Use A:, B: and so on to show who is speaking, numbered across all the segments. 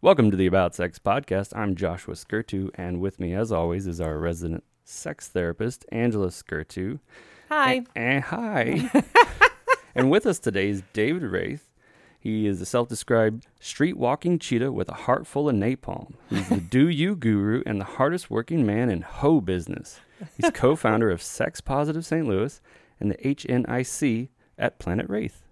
A: Welcome to the About Sex podcast. I'm Joshua Skirtu, and with me, as always, is our resident sex therapist, Angela Skirtu.
B: Hi.
A: And hi. and with us today is David Wraith. He is a self described street walking cheetah with a heart full of napalm. He's the do you guru and the hardest working man in hoe business. He's co founder of Sex Positive St. Louis and the HNIC at Planet Wraith.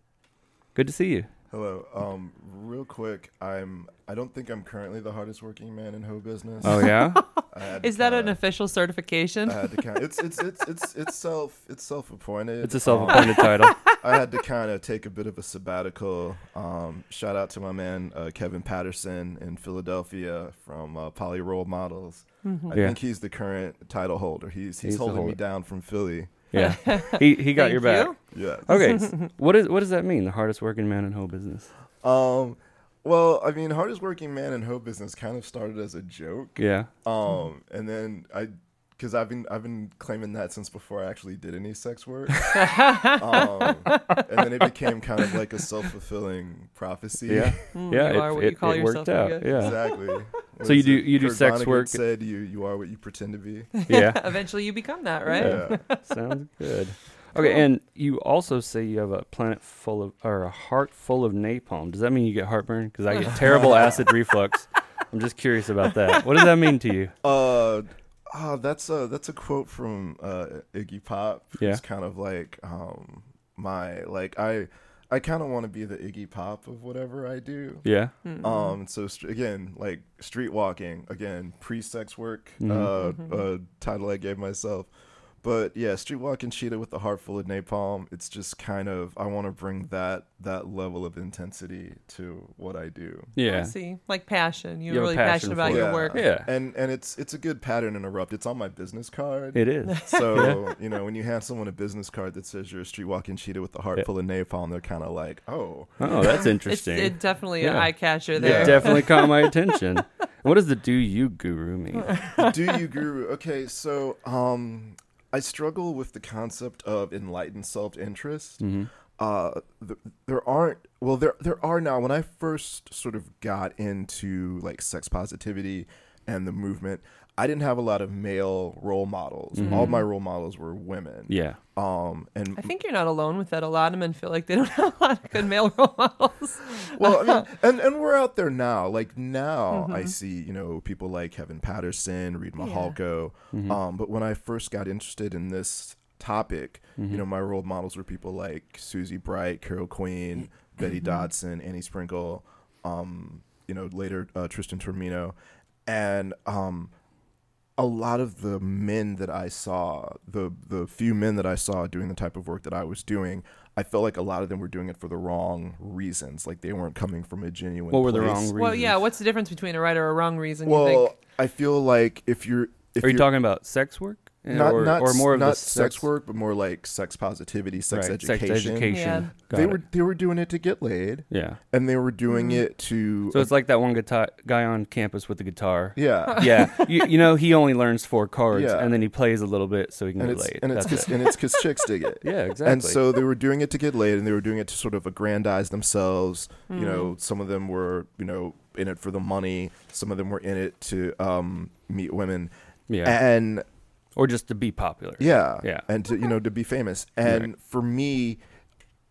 A: Good to see you.
C: Hello. Um, real quick, I'm. I don't think I'm currently the hardest working man in hoe business.
A: Oh, yeah?
C: I had to
B: Is that an
A: Uh,
C: kinda-
B: official certification?
C: I had to kind. It's it's it's it's it's self it's self appointed.
A: it's a self appointed title.
C: I had to kind of take a bit of a sabbatical. Um, shout out to my man uh, Kevin Patterson in Philadelphia from uh, Poly Role Models.
B: Mm-hmm.
C: I
A: Yeah.
C: think he's the current title holder. He's he's,
A: He's the
C: holding me
A: holder.
C: down from Philly.
A: Yeah. He, he got
B: Thank
A: your back.
B: you.
C: Yeah.
A: Okay, s- what is what does that mean? The hardest working man in whole business. Uh,
C: Um. Well, I mean, hardest working man in hoe business kind of started as a joke.
A: Yeah.
C: Um, and then I, because I've been I've been claiming that since before I actually did any sex work. um, and then it became kind of like a self fulfilling prophecy.
A: Yeah. yeah.
B: Hmm, you
A: it,
B: are what you
A: it-
B: call
A: it worked
B: yourself,
A: out.
B: I
A: Yeah.
C: Exactly. What
A: So you
C: is
A: do-
C: it?
A: you do
C: Kurt
A: sex
C: Vonnegut
A: work-
C: Said you you are what you pretend to be.
A: Yeah.
B: Eventually you become that, right?
C: Yeah.
A: Sounds good. Okay, and you also say you have a planet full of or a heart full of napalm. Does that mean you get heartburn? Because I get terrible acid reflux. I'm just curious about that. What does that mean to you?
C: Uh, ah, that's a that's a quote from uh, Iggy Pop.
A: Yeah.
C: It's kind of like um my like I I kind of want to be the Iggy Pop of whatever I do.
A: Yeah.
B: Mm-hmm.
C: Um, so str again, like street walking, again, pre-sex work, uh,
B: Mm-hmm.
C: uh, title I gave myself. But yeah, street walking cheetah with a heart full of napalm. It's just kind of I want to bring that that level of intensity to what I do.
B: I
A: Yeah.
B: see. Like passion. You're
A: You have a
B: really
A: passion
B: passionate about
A: for
B: your
A: it.
B: work.
A: Yeah.
C: and and it's it's a good pattern interrupt. It's on my business card.
A: It is.
C: so you know when you hand someone a business card that says you're a street walking cheetah with a heart full of napalm, they're kind of like, oh,
A: Oh, that's
B: It's
A: interesting.
B: it definitely an
A: Yeah.
B: eye catcher
A: It
B: there.
A: definitely caught my attention. What does the do you guru mean?
C: do you guru okay so um i struggle with the concept of enlightened self-interest uh th- there aren't well there there are now when i first sort of got into like sex positivity and the movement i didn't have a lot of male role models all my role models were women
A: Yeah.
C: um and
B: I think you're not alone with that. A lot of men feel like they don't have a lot of good male role models.
C: well, I mean, and, and we're out there now. Like now, I see you know people like Kevin Patterson, Reed Mahalko. Um, but when I first got interested in this topic, you know, my role models were people like Susie Bright, Carol Queen, Betty Dodson, Annie Sprinkle. Um, you know, later uh, Tristan Termino, and um, a lot of the men that I saw, the the few men that I saw doing the type of work that I was doing, I felt like a lot of them were doing it for the wrong reasons. Like they weren't coming from a genuine.
A: What were the
C: place.
A: wrong reasons?
B: Well, yeah, what's the difference between a right or a wrong reason
C: Well,
B: you think?
C: I feel like if you're, if
A: Are you
C: are
A: talking about sex work? Eh,
C: not
A: or,
C: not
A: or
C: s-
A: more of the
C: not sex, work, but more like sex positivity, sex
A: right,
C: education.
A: Sex education.
B: Yeah.
A: Got
C: They
A: it.
C: were they were doing it to get laid,
A: Yeah.
C: and they were doing it to
A: So it's like that one guitar guy on campus with the guitar.
C: yeah.
A: Yeah. you, you know, he only learns four chords
C: Yeah.
A: and then he plays a little bit so he can
C: and
A: get
C: it's
A: laid.
C: and it's
A: That's
C: cause, and it's because chicks dig it.
A: Yeah, exactly.
C: And so they were doing it to get laid, and they were doing it to sort of aggrandize themselves. You know,
A: Mm.
C: some of them were you know in it for the money. Some of them were in it to um, meet women.
A: Yeah.
C: And
A: or just to be popular.
C: yeah.
A: Yeah.
C: And to, you know to be famous. And for me,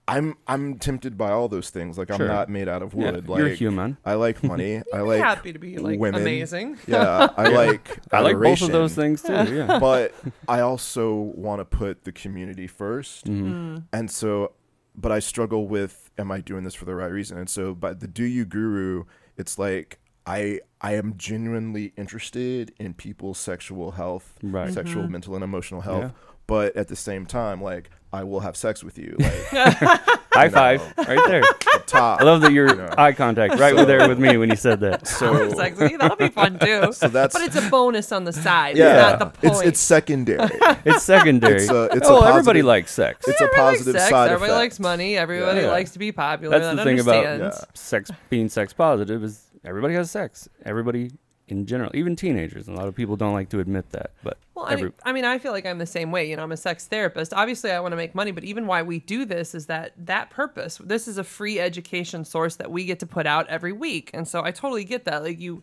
C: I'm I'm tempted by all those things. Like I'm
A: Sure.
C: not made out of
A: Yeah,
C: wood. Like
A: you're human.
C: I like money. I like
B: happy to be, like,
C: women.
B: amazing.
C: Yeah. I like
A: I like both of
C: adoration
A: those things too. Yeah.
C: but I also want to put the community 1st
A: Mm-hmm.
B: Mm.
C: And so, but I struggle with, am I doing this for the right reason? And so, by the Do You Guru, it's like, I, I am genuinely interested in people's sexual health,
A: Right.
C: sexual,
B: Mm-hmm.
C: mental, and emotional health.
A: Yeah.
C: But at the same time, like I will have sex with you, like
A: High five right there.
C: up top.
A: I love that your
C: know.
A: eye contact right
C: So-
A: there with me when you said that.
C: so
B: Sex with you, that'll be fun too.
C: So that's-
B: but it's a bonus on the side.
C: yeah,
B: It's not the point.
C: it's it's secondary.
A: It's secondary.
C: It's a- it's a
A: oh, everybody
C: positive-
A: likes sex.
C: it's a
B: Everybody likes
C: positive
B: sex.
C: side
B: Everybody
C: effect.
B: likes money. Everybody
A: Yeah.
B: likes to be popular.
A: That's the
B: that
A: thing about
B: understands.
C: Yeah.
A: sex being sex positive is everybody has sex. Everybody in general, even teenagers. A lot of people don't like to admit that, but
B: Well, I,
A: every,
B: mean, I mean, I feel like I'm the same way. You know, I'm a sex therapist. Obviously, I want to make money, but even why we do this is that that purpose. This is a free education source that we get to put out every week, and so I totally get that. Like you,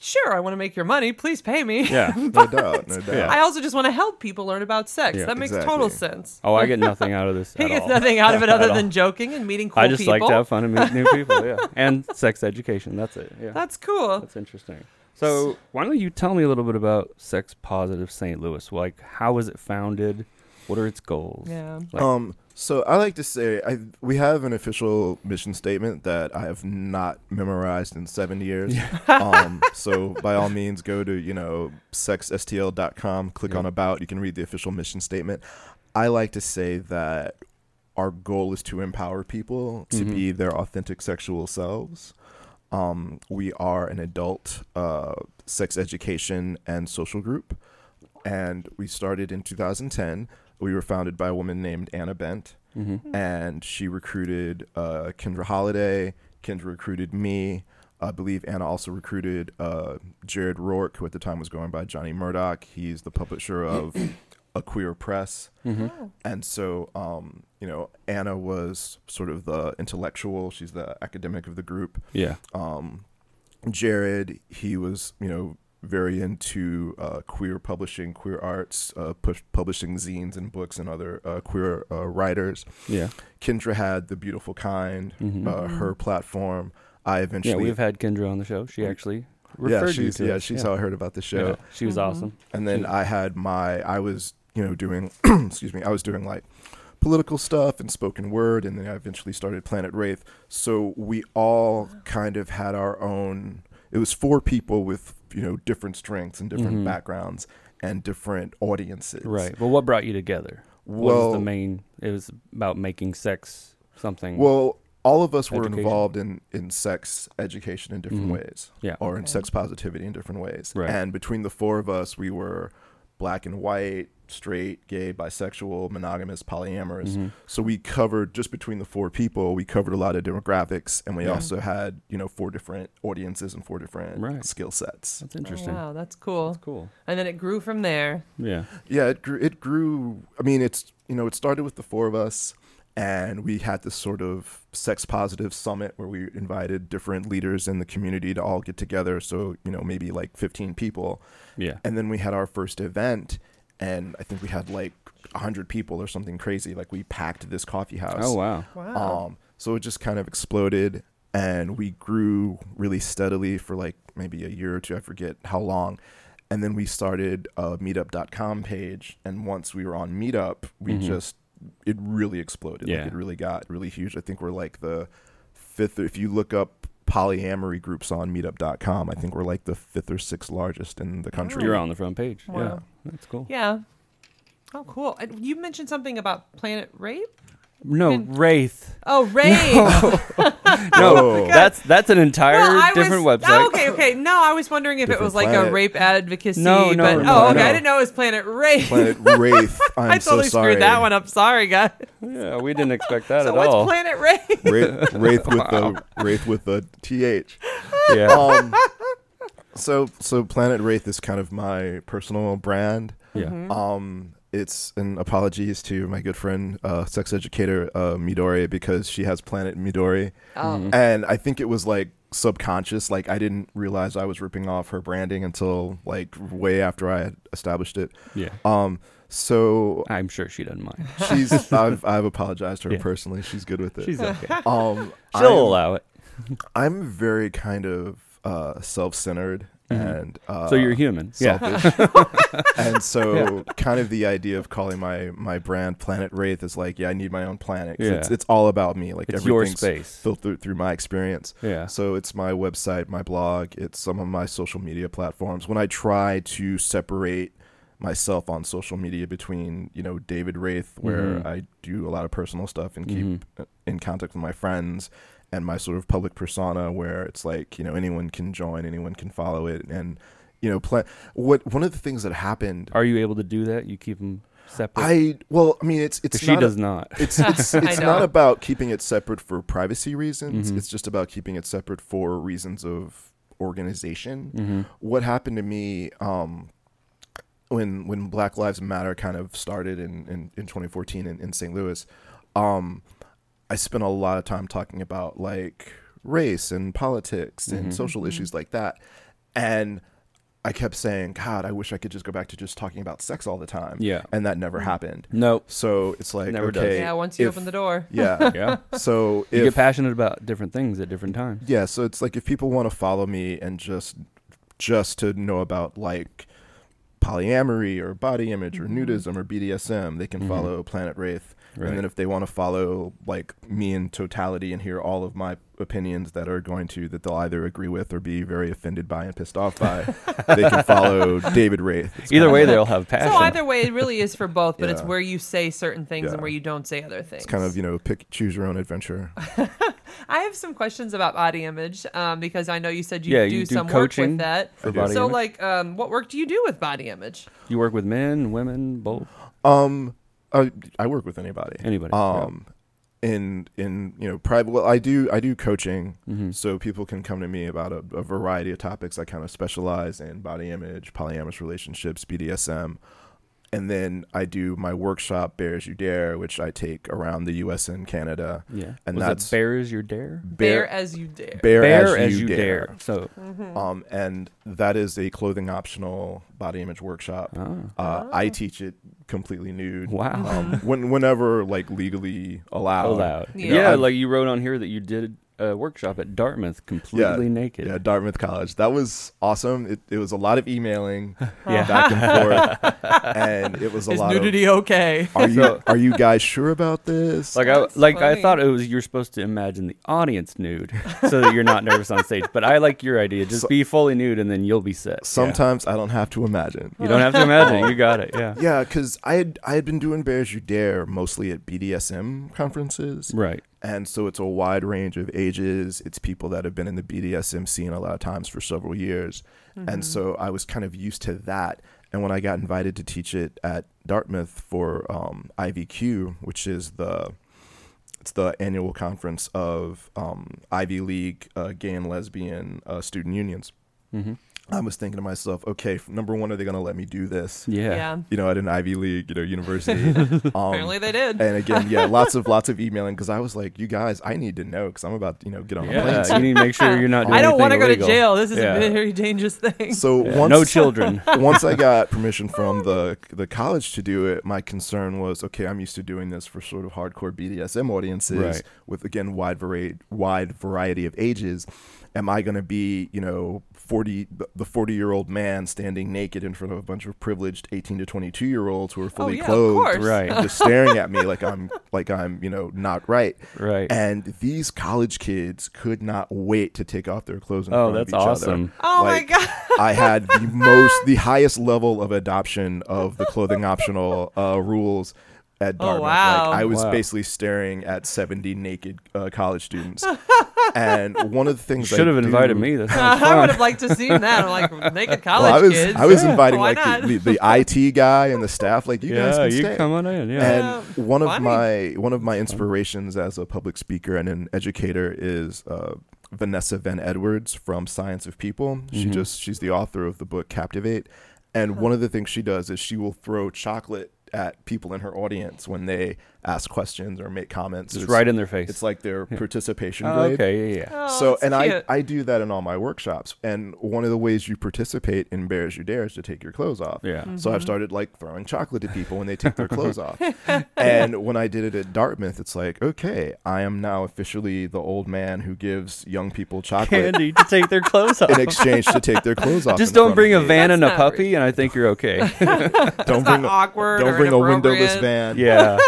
B: sure, I want to make your money. Please pay me.
A: yeah.
C: No doubt, no doubt.
B: I also just want to help people learn about sex.
A: Yeah,
B: that makes
C: exactly.
B: total sense.
A: Oh, I get nothing out of this.
B: He
A: at
B: gets
A: all.
B: nothing out of it other
A: all.
B: than joking and meeting cool
A: I just
B: people.
A: like to have fun and meet new people. Yeah, and sex education. That's it. Yeah,
B: That's cool.
A: that's interesting. So, why don't you tell me a little bit about Sex Positive St. Louis? Like, how was it founded? What are its goals?
B: Yeah.
A: Like-
C: um, so I like to say I we have an official mission statement that I have not memorized in seven years. um, so by all means, go to you know sexstl.com, click on about. You can read the official mission statement. I like to say that our goal is to empower people to
A: Mhm.
C: be their authentic sexual selves. Um, we are an adult uh, sex education and social group, and we started in 2010. We were founded by a woman named Anna Bent,
A: hmm
C: and she recruited uh, Kendra Holiday. Kendra recruited me. I believe Anna also recruited uh, Jared Rourke, who at the time was going by Johnny Murdoch. He's the publisher of A Queer Press.
A: hmm
C: And so, um, you know, Anna was sort of the intellectual. She's the academic of the group.
A: Yeah.
C: Um, Jared, he was, you know, very into uh, queer publishing, queer arts, uh, pu- publishing zines and books and other uh, queer uh, writers.
A: Yeah.
C: Kendra had the beautiful kind,
A: Mhm.
C: uh, her platform. I
A: Yeah.
C: eventually,
A: We've had Kendra on the show. She actually
C: yeah,
A: referred you
C: she's,
A: to
C: yeah,
A: us.
C: she's how I heard about the show.
A: Yeah, She was
B: Mm-hmm.
A: awesome.
C: And then
A: She-
C: I had my, I was, you know, doing, excuse me, I was doing like political stuff and spoken word, and then I eventually started Planet Wraith. So we all kind of had our own, it was four people with, you know, different strengths and different
A: Mhm.
C: backgrounds and different audiences.
A: Right. But what brought you together? What
C: Well,
A: was the main? It was about making sex something.
C: well, all of us were
A: Education.
C: involved in, in sex education in different
A: Mhm.
C: ways.
A: yeah.
C: or in
B: Okay.
C: sex positivity in different ways.
A: Right.
C: And between the four of us, we were black and white, straight, gay, bisexual, monogamous, polyamorous.
A: Mhm.
C: So we covered just between the four people, we covered a lot of demographics and we
A: Yeah.
C: also had, you know, four different audiences and four different
A: Right.
C: skill sets.
A: That's interesting.
B: Oh, wow, that's cool.
A: That's cool.
B: And then it grew from there.
A: Yeah.
C: Yeah, it grew it grew I mean, it's you know, it started with the four of us and we had this sort of sex positive summit where we invited different leaders in the community to all get together so you know maybe like 15 people
A: Yeah.
C: and then we had our first event and i think we had like 100 people or something crazy like we packed this coffee house
A: Oh wow.
B: Wow.
C: um so it just kind of exploded and we grew really steadily for like maybe a year or two i forget how long and then we started a meetup.com page and once we were on meetup we
A: Mhm.
C: just it really exploded
A: Yeah.
C: like it really got really huge i think we're like the fifth if you look up polyamory groups on meetup.com i think we're like the fifth or sixth largest in the country
A: You're on the front page. Yeah.
B: Wow.
A: That's cool.
B: yeah. Oh, cool. And You mentioned something about Planet Rape?
A: No,
B: And-
A: Wraith.
B: Oh, Rape.
A: No,
C: Oh.
A: that's that's an entire
B: Well, I
A: different
B: was, oh,
A: website.
B: Okay, okay. No, I was wondering if it was
C: Different
B: like a
C: planet.
B: rape advocacy.
A: No, no,
B: but,
A: no,
B: Oh, okay.
A: no.
B: I didn't know it was Planet Rape.
C: Planet Wraith. I'm
B: I totally
C: so sorry.
B: screwed that one up. Sorry, guys.
A: Yeah, we didn't expect that
B: so
A: at
B: what's
A: all.
B: Planet Rape?
C: Wraith, Wraith with the Wraith with the th.
A: yeah.
C: Um, so so Planet Wraith is kind of my personal brand.
A: yeah.
B: Mm-hmm.
C: Um, it's an apologies to my good friend, uh, sex educator uh, Midori, because she has Planet Midori,
B: Oh,
C: and I think it was like subconscious. Like I didn't realize I was ripping off her branding until like way after I had established it.
A: Yeah.
C: Um, so
A: I'm sure she doesn't mind.
C: she's I've I've apologized to her
A: Yeah.
C: personally. She's good with it.
A: She's okay. She'll
C: um, I'm,
A: allow it.
C: I'm very kind of uh, self-centered and uh,
A: Mm-hmm. So you're human. Yeah.
C: selfish. and so, kind of the idea of calling my my brand Planet Wraith is like, yeah, I need my own planet. 'cause It's,
A: Yeah.
C: it's all about me. Like
A: It's your
C: everything's
A: space.
C: filtered through my experience.
A: Yeah.
C: So it's my website, my blog, it's some of my social media platforms. When I try to separate myself on social media between, you know, David Wraith, where
A: Mhm.
C: I do a lot of personal stuff and keep
A: Mhm.
C: uh, in contact with my friends, and my sort of public persona, where it's like, you know, anyone can join, anyone can follow it, and you know, play. What one of the things that happened,
A: Are you able to do that? You keep them separate.
C: I well, I mean, it's
A: 'Cause
C: it's
A: she
C: not a-
A: does not.
C: it's it's,
B: I
C: it's
B: know.
C: not about keeping it separate for privacy reasons.
A: Mhm.
C: It's just about keeping it separate for reasons of organization. What happened to me um, when when Black Lives Matter kind of started in in, in 2014 in, in St. Louis, um, I spent a lot of time talking about like race and politics and social issues like that, and I kept saying, God, I wish I could just go back to just talking about sex all the time.
A: Yeah.
C: and that never happened.
A: Nope.
C: So it's like
A: Never does.
C: okay,
B: Yeah, once you
C: if-
B: open the door.
C: yeah,
A: Yeah.
C: So
A: You
C: if
A: get passionate about different things at different times.
C: yeah, so it's like if people want to follow me and just just to know about like polyamory or body image
B: Mm-hmm.
C: or nudism or BDSM, they can follow Planet Wraith.
A: Mm-hmm. Right.
C: And then if they want to follow like me in totality and hear all of my opinions that are going to that they'll either agree with or be very offended by and pissed off by, they can follow David Wraith. It's
A: Either
C: kinda-
A: way, they'll have passion.
B: So either way, it really is for both, but it's
C: Yeah.
B: where you say certain things and
C: Yeah.
B: where you don't say other things.
C: it's kind of you know pick choose your own adventure.
B: I have some questions about body image um, because I know you said you
A: Yeah,
B: do
A: you do
B: some work
A: coaching
B: with that.
A: for
C: I do.
A: body
B: so,
A: image.
B: like, um, what work do you do with body image?
A: you work with men, women, both.
C: Um, I, I work with anybody.
A: Anybody, yeah.
C: Um, in in you know private. Well, I do I do coaching,
A: Mm-hmm.
C: so people can come to me about a, a variety of topics. I kind of specialize in body image, polyamorous relationships, BDSM, and then I do my workshop Bears You Dare, which I take around the U.S. and Canada.
A: Yeah.
C: and
A: Was
C: that's
A: it bear is your dare?
B: Bear,
C: bear
B: as you dare.
C: bear,
A: Bear as, you, dare. So
C: Um, and that is a clothing optional body image workshop.
A: ah,
C: Uh, I teach it completely nude.
A: Wow.
C: Um, when, whenever like legally allowed.
A: allowed.
B: Yeah.
A: Yeah,
C: I've-
A: like you wrote on here that you did a workshop at Dartmouth completely naked.
C: Yeah, Dartmouth College. That was awesome. It, it was a lot of emailing
A: Yeah.
C: back and forth, and it was a
B: Is
C: lot
B: nudity okay?
C: of. Are you are you guys sure about this?
A: Like I
B: That's
A: like
B: funny.
A: I thought it was you're supposed to imagine the audience nude so that you're not nervous on stage. But I like your idea. Just
C: So-
A: be fully nude and then you'll be set. Yeah.
C: Sometimes I don't have to imagine.
A: you don't have to imagine. You got it. Yeah.
C: Yeah, because I had I had been doing Bears You Dare mostly at BDSM conferences,
A: Right.
C: and so it's a wide range of ages. It's people that have been in the BDSM scene a lot of times for several years, and so I was kind of used to that. And when I got invited to teach it at Dartmouth for um, IVQ, which is the it's the annual conference of um, Ivy League uh, gay and lesbian uh, student unions.
A: Mm-hmm.
C: I was thinking to myself, okay, f- number one, are they going to let me do this?
A: Yeah.
B: Yeah.
C: you know, at an Ivy League, you know, university.
B: Apparently
C: Um,
B: they did.
C: and again, yeah, lots of lots of emailing because I was like, you guys, I need to know because I'm about to, you know, get on a plane.
A: Yeah, you need to make sure you're not. Doing
B: I don't
A: want
B: want to go to jail. This is a very dangerous thing.
C: So once
A: No children.
C: once I got permission from the the college to do it, my concern was okay. I'm used to doing this for sort of hardcore BDSM audiences
A: Right.
C: with again wide variety wide variety of ages. Am I going to be you know forty the- the forty year old man standing naked in front of a bunch of privileged eighteen to twenty two year olds who are
B: Oh,
C: fully
B: yeah, of
C: clothed,
B: course.
A: Right.
C: and just staring at me like I'm like I'm you know not right.
A: Right.
C: And these college kids could not wait to take off their clothes. In
A: Oh,
C: front of
A: that's
C: each other.
A: awesome.
B: Oh my God.
C: I had the most, the highest level of adoption of the clothing optional uh, rules at Dartmouth.
B: Oh, wow.
C: Like, I was
A: Wow.
C: basically staring at 70 naked uh, college students. and one of the things I
A: Should have
C: do-
A: invited me. That sounds
B: I would
A: fun.
B: have liked to seen that. I'm like naked college
C: Well, I was,
B: kids.
C: I was inviting
B: Why
C: like the,
B: not?
C: the, the IT guy and the staff. Like you guys
A: Yeah,
C: can
A: you
C: stay.
A: come on in. Yeah.
C: And one of
B: funny.
C: my one of my inspirations as a public speaker and an educator is uh, Vanessa Van Edwards from Science of People.
A: Mm-hmm.
C: She just she's the author of the book Captivate, and one of the things she does is she will throw chocolate at people in her audience when they ask questions or make comments.
A: Just
C: It's-
A: right in their face.
C: It's like their participation
A: Oh,
C: grade
A: okay. Yeah. Yeah.
B: Oh,
C: so
B: that's
C: and I,
B: cute.
C: I do that in all my workshops and one of the ways you participate in bears you dare is to take your clothes off
A: Yeah.
C: so
B: Mm-hmm.
C: i've started like throwing chocolate at people when they take their clothes off and when i did it at dartmouth it's like okay i am now officially the old man who gives young people chocolate
A: Candy to take their clothes off.
C: in exchange to take their clothes off
A: Just
C: in
A: don't
C: front
A: bring a
C: of me.
A: van and a
B: That's not
A: puppy, and I think you're okay.
B: not
C: don't bring a,
B: awkward
C: don't
B: or
C: bring a windowless
B: inappropriate.
C: van
A: yeah.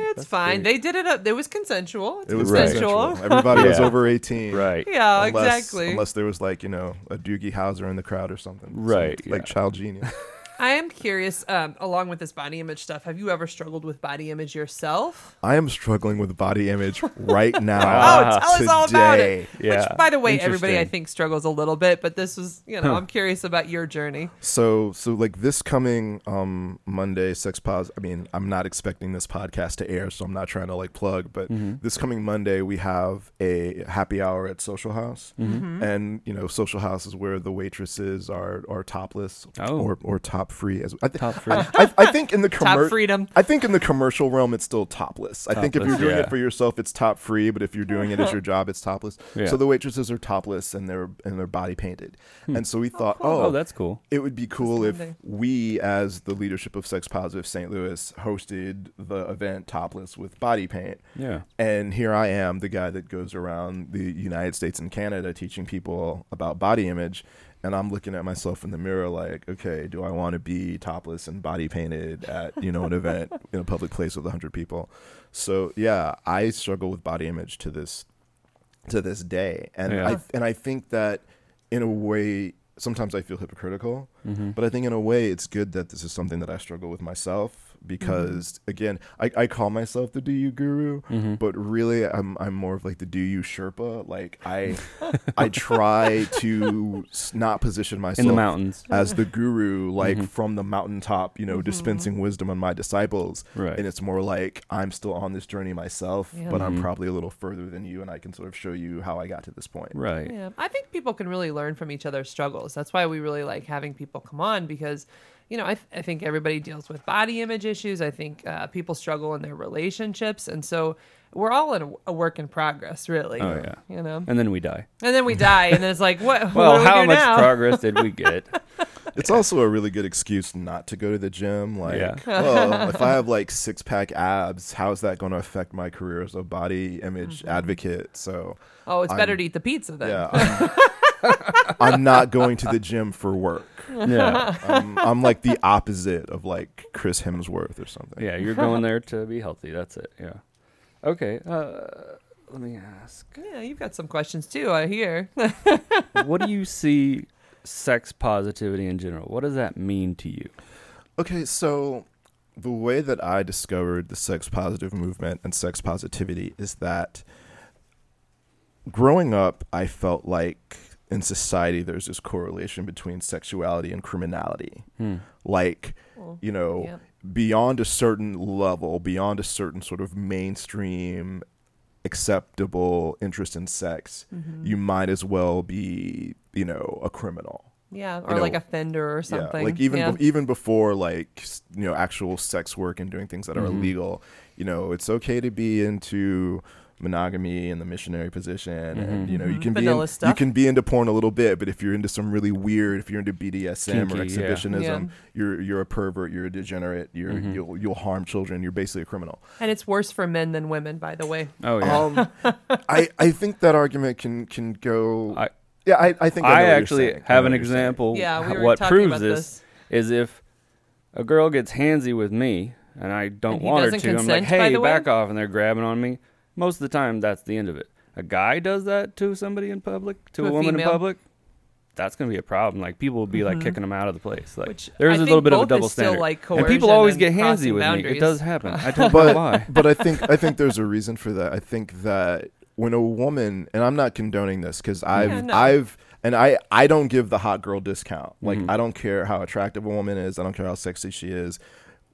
B: It's fine. They did it. Up. It was consensual. It's
C: it was
A: Right.
B: consensual.
C: consensual. everybody was
A: Yeah.
C: over 18
A: Right.
B: Yeah,
C: Unless-
B: exactly.
C: Unless there was like you know a Doogie Howser in the crowd or something,
A: Right,
C: like
A: yeah.
C: child genius.
B: I am curious, um, along with this body image stuff, have you ever struggled with body image yourself?
C: I am struggling with body image right now.
B: Oh, tell us all about
C: Ah, today.
B: it.
A: Yeah.
B: Which, by the way, everybody I
A: Interesting.
B: think struggles a little bit, but this was, you know, I'm curious about your journey.
C: So so like this coming um Monday, Sex Pos I mean, I'm not expecting this podcast to air, so I'm not trying to like plug, but
A: Mm-hmm.
C: this coming Monday we have a happy hour at Social House.
A: Mm-hmm.
C: And you know, Social House is where the waitresses are are topless
A: Oh.
C: or or top free as I, th-
A: Top free.
C: I, I, I think in the
B: Top
C: commercial
B: freedom.
C: I think in the commercial realm, it's still topless. I think if you're
A: Topless,
C: doing
A: yeah.
C: it for yourself, it's top free. But if you're doing it as your job, it's topless.
A: Yeah.
C: So the waitresses are topless and they're and they're body painted. And so we thought,
A: Oh,
C: oh,
A: that's cool.
C: it would be cool if
B: Monday.
C: we, as the leadership of Sex Positive St. Louis, hosted the event topless with body paint.
A: Yeah.
C: And here I am, the guy that goes around the United States and Canada teaching people about body image. And I'm looking at myself in the mirror, like, okay, do I want to be topless and body painted at you know an event in a public place with 100 people? So yeah, I struggle with body image to this to this day, and
A: Yeah.
C: I and I think that in a way, sometimes I feel hypocritical,
A: Mm-hmm.
C: but I think in a way it's good that this is something that I struggle with myself because
A: Mm-hmm.
C: again, I, I call myself the do you guru, but really I'm I'm more of like the do you Sherpa. Like I I try to s- not position myself
A: In the mountains.
C: as the guru, like
A: Mm-hmm.
C: from the mountaintop, you know, dispensing wisdom on my disciples.
A: Right.
C: And it's more like I'm still on this journey myself,
B: Yeah.
C: but
A: Mm-hmm.
C: I'm probably a little further than you, and I can sort of show you how I got to this point.
A: Right.
B: Yeah, I think people can really learn from each other's struggles. That's why we really like having people come on because, you know, I, th- I think everybody deals with body image issues. I think uh, people struggle in their relationships. And so we're all in a, a work in progress, really.
A: Oh, yeah.
B: You know?
A: And then we die.
B: And then we die, and then it's like, what? what
A: Well,
B: do we
A: how
B: do
A: much
B: now?
A: progress did we get?
C: It's also a really good excuse not to go to the gym. Like,
A: Yeah.
C: oh, if I have like six pack abs, how is that going to affect my career as a body image advocate? So,
B: Oh, it's better
C: I'm-
B: to eat the pizza then.
C: yeah. I'm, I'm not going to the gym for work.
A: yeah.
C: I'm, I'm like the opposite of like Chris Hemsworth or something.
A: Yeah, you're going there to be healthy. That's it. Yeah. Okay. Uh, let me ask.
B: Yeah, you've got some questions too. I hear.
A: What do you see sex positivity in general? What does that mean to you?
C: Okay, so the way that I discovered the sex positive movement and sex positivity is that growing up, I felt like in society there's this correlation between sexuality and criminality.
A: Hmm.
C: Like, you
A: Oh.
C: know,
B: yeah.
C: beyond a certain level, beyond a certain sort of mainstream acceptable interest in sex, you might as well be, you know, a criminal.
B: yeah, or
C: know,
B: like a fender or something.
C: Yeah, like even
B: Yeah.
C: be- even before like s- you know actual sex work and doing things that are
A: Mm-hmm.
C: illegal, you know, it's okay to be into monogamy and the missionary position
A: Mm-hmm.
C: and you know you can be
B: Vanilla
C: in- you
B: stuff.
C: can be into porn a little bit but if you're into some really weird if you're into BDSM or
A: Kinky, yeah. Mm-hmm.
C: exhibitionism
B: Yeah.
C: you're you're a pervert you're a degenerate you're you'll you'll harm children you're basically a criminal
B: and it's worse for men than women, by the way.
A: Oh yeah.
C: um I I think that argument can can go
A: I-
C: yeah I I think I, know
A: I
C: what you're
A: actually
C: saying. I
A: have
C: know
A: an
C: what you're saying.
A: example.
B: Yeah, we
A: h-
B: were
A: Oh, what
B: talking
A: proves
B: about
A: this, is if a girl gets handsy with me and I don't
B: And he
A: want her to.
B: doesn't
A: I'm like,
B: consent, by
A: hey,
B: the way?"
A: back off, and they're grabbing on me. Most of the time, that's the end of it. A guy does that to somebody in public, to,
B: To
A: a
B: a
A: woman
B: female. Mm-hmm.
A: in public. That's gonna be a problem. I think both is still, like people will be like kicking them out of the place. Like
B: Which
A: there's
B: I
A: a
B: think
A: little bit of a
B: both
A: double
B: is still,
A: standard,
B: like,
A: and people
B: coercion
A: always
B: and
A: get handsy
B: crossing
A: with me. It
B: boundaries.
A: does happen. I don't know
C: but
A: why.
C: but I think I think there's a reason for that. I think that when a woman and I'm not condoning this because I've
B: no.
C: I've and I I don't give the hot girl discount. Like I don't care how attractive a woman is. I don't care how sexy she is.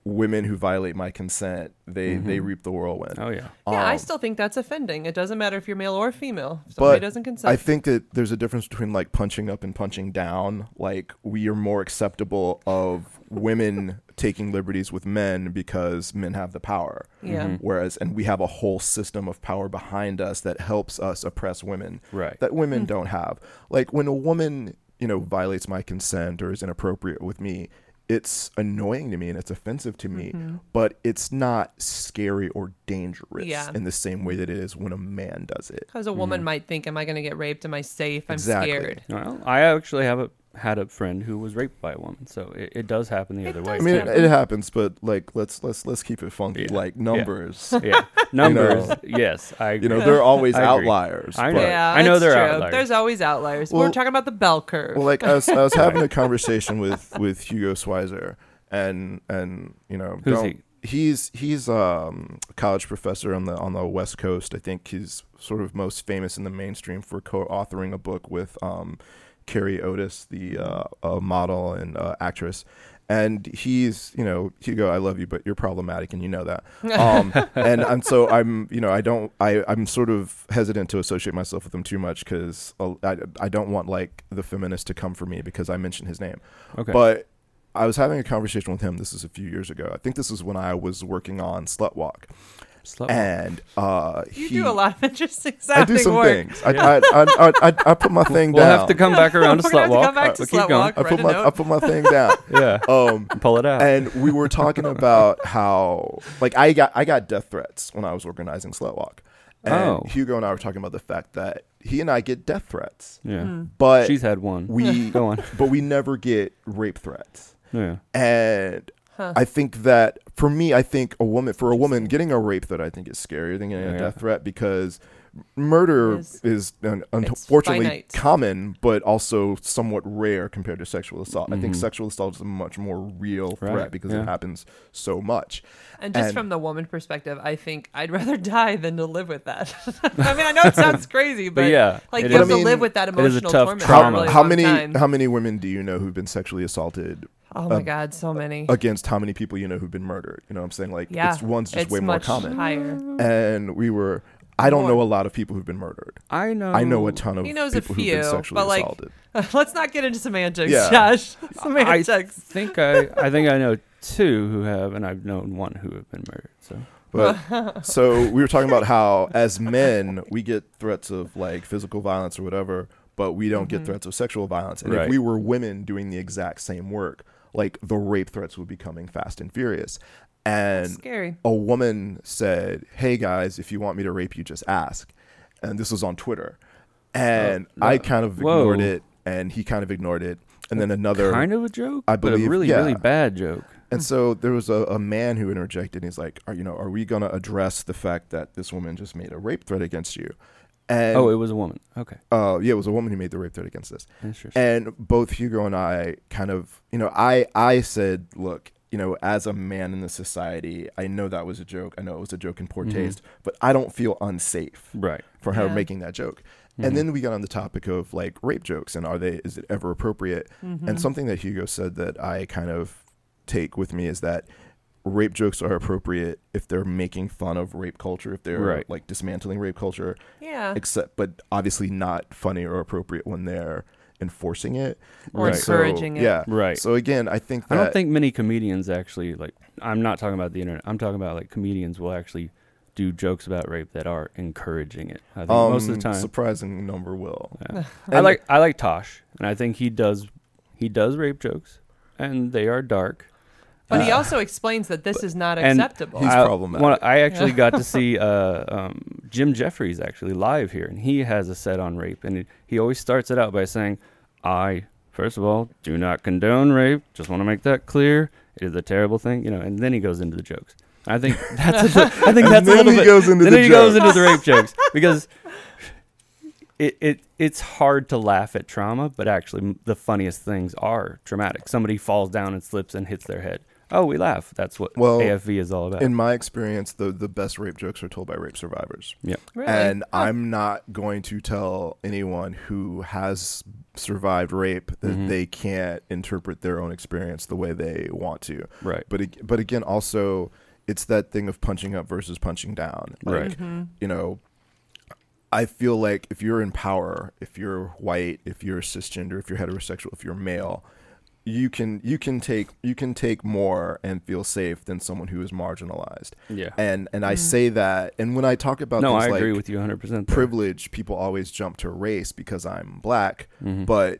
C: Women who violate my consent, they they reap the whirlwind.
A: Oh yeah.
B: yeah, I
C: Um,
B: still think that's offending. It doesn't matter if you're male or female. If somebody
C: but
B: doesn't consent.
C: I think that there's a difference between like punching up and punching down. Like we are more acceptable of women taking liberties with men because men have the power.
B: Yeah. Mhm.
C: Whereas, and we have a whole system of power behind us that helps us oppress women.
A: Right.
C: That women
B: Mm.
C: don't have. Like when a woman, you know, violates my consent or is inappropriate with me. It's annoying to me and it's offensive to me,
B: Mm-hmm.
C: but it's not scary or dangerous
B: Yeah.
C: in the same way that it is when a man does it.
B: Because a woman might think, "Am I going to get raped? Am I safe? I'm
C: Mm. Exactly.
B: scared."
A: Well, I actually have a had a friend who was raped by a woman. So it, it does happen the other way.
C: I mean, it,
B: happen.
C: it happens, but like let's let's let's keep it funky.
A: Yeah.
C: Like numbers,
A: yeah, numbers. yes, I.
C: you know,
A: agree.
C: they're always
A: I agree.
C: outliers.
A: I know.
C: but-
B: Yeah,
A: I know
B: that's
A: they're
B: true.
A: outliers.
B: There's always outliers. We're
C: Well-
B: talking about the bell curve.
C: Well, like I was, I was having a conversation with with Hugo Swizer, and and you know,
A: Who's
C: don't- he's he's um, a college professor on the on the West Coast. I think he's sort of most famous in the mainstream for co-authoring a book with um, Carrie Otis, the uh, uh, model and uh, actress. And he's, you know, Hugo, I love you, but you're problematic, and you know that. Um, and and so I'm, you know, I don't, I, I'm sort of hesitant to associate myself with him too much because I, I don't want like the feminist to come for me because I mentioned his name.
A: okay.
C: But I was having a conversation with him. This is a few years ago. I think this is when I was working on Slut Walk,
A: Slut-
C: and uh,
B: you
C: he,
B: do a lot of interesting
C: I
B: sounding
C: do some
B: work.
C: things. I, I, I, I, I, I put my thing
A: we'll
C: down.
A: have to come back around to
B: We're
A: slut
B: gonna have to
A: walk.
B: come back to
A: Uh, keep
B: slut
A: going.
B: walk.
C: I
B: Write
C: put
B: a
C: my
B: note.
C: I put my thing down.
A: Yeah,
C: Um,
A: pull it out.
C: and we were talking about how like I got I got death threats when I was organizing Slut Walk. And
A: Oh.
C: Hugo and I were talking about the fact that he and I get death threats,
A: yeah,
C: but
A: she's had one.
C: we
A: Go on.
C: but we never get rape threats.
A: Yeah.
C: And
B: Huh.
C: I think that for me, I think a woman for a woman getting a rape threat, I think is scarier than getting
A: Yeah.
C: a death threat because murder is,
B: Is-
C: un- unfortunately
B: finite.
C: common, but also somewhat rare compared to sexual assault. I think sexual assault is a much more real threat
A: Mm-hmm. Right,
C: because
A: yeah.
C: it happens so much.
B: And just
C: And-
B: from the woman perspective, I think I'd rather die than to live with that. I mean, I know it sounds crazy, but,
A: yeah,
B: like
A: it
B: you have
C: is-
B: to
C: I mean,
B: live with that
A: it is a
B: emotional
A: tough
B: torment. for
C: How,
B: a
A: trauma.
B: really
C: how
B: long
C: many
B: time.
C: how um, many women do you know who've been sexually assaulted
B: oh my god, so
C: uh,
B: many.
C: against how many people you know who've been murdered? You know what I'm saying? Like
B: yeah,
C: it's one's just
B: it's
C: way more
B: much
C: common.
B: Higher.
C: And we were I don't
B: More.
C: know a lot of people who've been murdered.
A: I know.
C: I know a ton of
B: Oh. He knows a
C: people who've
B: few,
C: been sexually
B: but like
C: assaulted.
B: Let's not get into semantics,
C: Yeah.
B: Josh.
A: I
B: Semantics.
A: think I, I think I know two who have, and I've known one who have been murdered. So
C: But so we were talking about how as men we get threats of like physical violence or whatever, but we don't
B: Mm-hmm.
C: get threats of sexual violence. And
A: Right.
C: if we were women doing the exact same work, like the rape threats would be coming fast and furious. And
B: Scary.
C: a woman said, "Hey guys, if you want me to rape you, just ask." And this was on Twitter, and I kind of
A: Uh, Whoa.
C: ignored it, and he kind of ignored it, and then another
A: kind of a joke,
C: I
A: but a
C: believe-
A: really,
C: yeah.
A: really bad joke.
C: And so there was a, a man who interjected. And he's like, are, you know, are we going to address the fact that this woman just made a rape threat against you? And
A: Oh, it was a woman. Okay,
C: uh, yeah, it was a woman who made the rape threat against us.
A: interesting.
C: And both Hugo and I kind of, you know, I I said, look, you know, as a man in the society, I know that was a joke. I know it was a joke in
A: Mm-hmm.
C: poor taste, but I don't feel unsafe
A: right. Mm-hmm.
C: for her
B: Yeah.
C: making that joke. And then we got on the topic of like rape jokes and are they is it ever appropriate?
B: Mm-hmm.
A: Mm-hmm.
C: And something that Hugo said that I kind of take with me is that rape jokes are appropriate if they're making fun of rape culture, if they're
A: Right. Uh-huh.
C: like dismantling rape culture,
B: Yeah.
C: except but obviously not funny or appropriate when they're enforcing it
B: Or
C: And so-
B: encouraging it.
C: Yeah.
A: Right.
C: So again, I think
A: I
C: that
A: don't think many comedians actually like. I'm not talking about the internet. I'm talking about like comedians will actually do jokes about rape that are encouraging it. I think
C: um,
A: most of the time.
C: surprising number will.
A: I like I like Tosh, and I think he does he does rape jokes, and they are dark. Uh,
B: But he also explains that this is not
A: and
B: acceptable.
C: uh, He's
A: I,
C: problematic.
A: wanna- I actually got to see uh, um, Jim Jeffries actually live here, and he has a set on rape, and it, he always starts it out by saying, "I first of all do not condone rape. Just want to make that clear. It is a terrible thing, you know." And then he goes into the jokes. I think that's a, I think that's a
C: then
A: little
C: he
A: bit-
C: goes into
A: then
C: the
A: he goes
C: jokes.
A: into the rape jokes because. It, it it's hard to laugh at trauma, but actually m- the funniest things are traumatic. Somebody falls down and slips and hits their head. Oh, we laugh. That's what
C: Well,
A: AFV is all about.
C: in my experience, the the best rape jokes are told by rape survivors.
A: Yep.
B: Really?
C: And I'm not going to tell anyone who has survived rape that they can't interpret their own experience the way they want to.
A: Right.
C: But ag- but again, also it's that thing of punching up versus punching down. Like,
A: Right.
C: You know, I feel like if you're in power, if you're white, if you're cisgender, if you're heterosexual, if you're male, you can you can take you can take more and feel safe than someone who is marginalized.
A: Yeah.
C: And and I say that and when I talk about
A: no,
C: things
A: I
C: like
A: agree with you 100. percent
C: privilege, people always jump to race because I'm black,
A: Mm-hmm.
C: but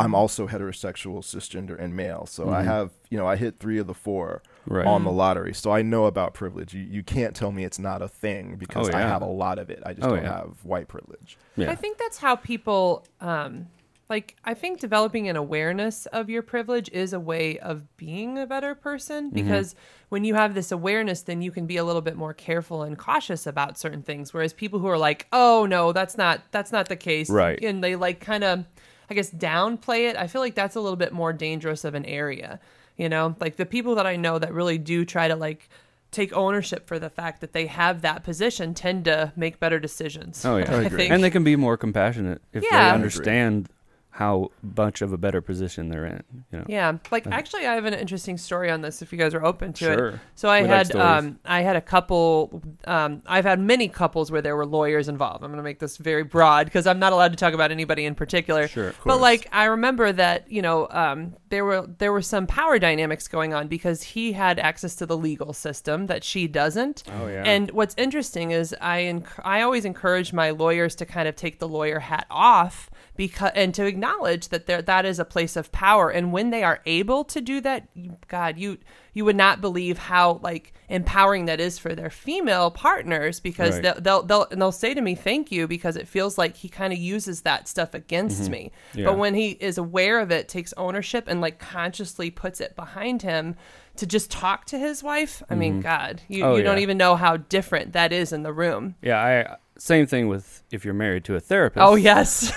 C: I'm also heterosexual, cisgender, and male. So I have, you know, I hit three of the four
A: Mm-hmm. Right.
C: on the lottery. So I know about privilege. You, you can't tell me it's not a thing because
A: Oh,
C: I
A: yeah.
C: have a lot of it. I just
A: Oh,
C: don't
A: yeah.
C: have white privilege.
A: Yeah.
B: I think that's how people um, like I think developing an awareness of your privilege is a way of being a better person
A: Mm-hmm.
B: because when you have this awareness then you can be a little bit more careful and cautious about certain things whereas people who are like oh no that's not that's not the case
A: Right.
B: and they like kind of I guess downplay it I feel like that's a little bit more dangerous of an area you know like the people that I know that really do try to like take ownership for the fact that they have that position tend to make better decisions
A: Oh yeah,
C: I agree.
B: think-
A: and they can be more compassionate if
B: Yeah.
A: they understand how much of a better position they're in. You know,
B: Yeah, like actually, I have an interesting story on this. If you guys are open to it,
A: Sure.
B: so I
A: We like
B: had
A: stories.
B: um, I had a couple. Um, I've had many couples where there were lawyers involved. I'm going to make this very broad because I'm not allowed to talk about anybody in particular.
A: Sure, of
B: but
C: course.
B: like I remember that you know um, there were there were some power dynamics going on because he had access to the legal system that she doesn't.
A: Oh, yeah.
B: And what's interesting is I enc- I always encourage my lawyers to kind of take the lawyer hat off because and to acknowledge that there that is a place of power and when they are able to do that you- god you you would not believe how like empowering that is for their female partners because
A: Right.
B: they'll, they'll they'll and they'll say to me thank you because it feels like he kind of uses that stuff against me
A: Mm-hmm. Yeah.
B: but when he is aware of it takes ownership and like consciously puts it behind him to just talk to his wife i mean god you,
A: Oh,
B: you don't
A: yeah.
B: even know how different that is in the room.
A: yeah. I same thing with if you're married to a therapist.
B: Oh yes,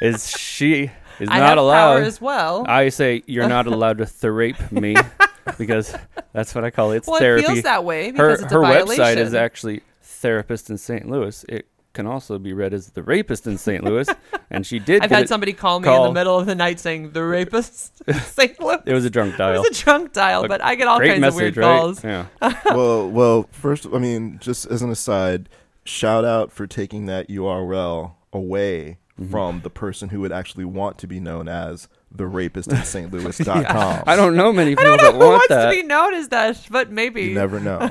A: is she is
B: I
A: not
B: have
A: allowed. Uh,
B: power as well.
A: I say you're not allowed to therape me because that's what I call it. It's
B: well,
A: therapy.
B: it feels that way
A: her
B: because it's
A: her
B: a violation.
A: website is actually therapist in St. Louis. It can also be read as the rapist in St. Louis, and she did.
B: I've
A: get
B: had
A: it-
B: somebody call me in
A: call-
B: the middle of the night saying the rapist St. Louis.
A: It was a drunk
B: It
A: dial.
B: was a drunk dial,
A: A
B: but I get all
A: Great
B: kinds
A: message,
B: of weird
A: right?
B: calls.
A: Yeah.
C: well, well, first, I mean, just as an aside, shout out for taking that URL away
A: Mm-hmm.
C: from the person who would actually want to be known as the rapist in St. Louis.com.
A: I don't know many
B: I
A: people
B: don't know
A: that
B: who
A: want
B: wants
A: that.
B: to be known as that, but maybe
C: You never know.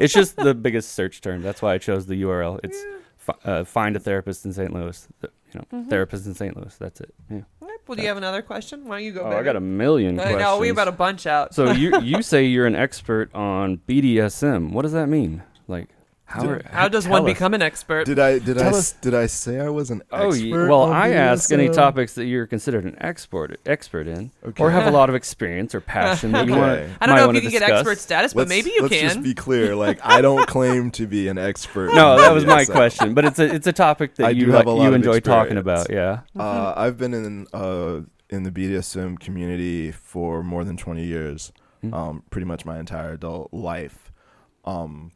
A: it's just the biggest search term. That's why I chose the URL. It's fi- uh, find a therapist in St. Louis. Th- You know,
B: Mm-hmm.
A: therapist in St. Louis. That's it. Yeah.
B: Well, do you have another question? Why don't you go?
A: Oh,
B: baby?
A: I got a million
B: I
A: questions.
B: know we about a bunch out.
A: so you you say you're an expert on BDSM. What does that mean? Like how are,
B: How does
A: tell
B: one
A: us.
B: become an expert?
C: Did I did I
A: Tell
C: s-
A: us-
C: did I say I was an
A: Oh,
C: expert?
A: ye- well,
C: on uh,
A: I ask any
C: BDSM?
A: topics that you're considered an expert expert in,
C: Okay.
A: or have a lot of experience or passion that you want.
C: Okay.
A: to
B: I don't know if you can get expert status, but
C: Let's-
B: maybe you
C: let's
B: can.
C: just be clear. Like I don't claim to be an expert.
A: No,
C: on
A: that was my
C: BDSM.
A: question, but it's a it's a topic that
C: I
A: you
C: do have
A: like-
C: a lot
A: you
C: of
A: enjoy talking
C: experience.
A: about. Yeah,
C: Uh, I've been in uh, in the BDSM community for more than 20 years, um, pretty much my entire adult life, um,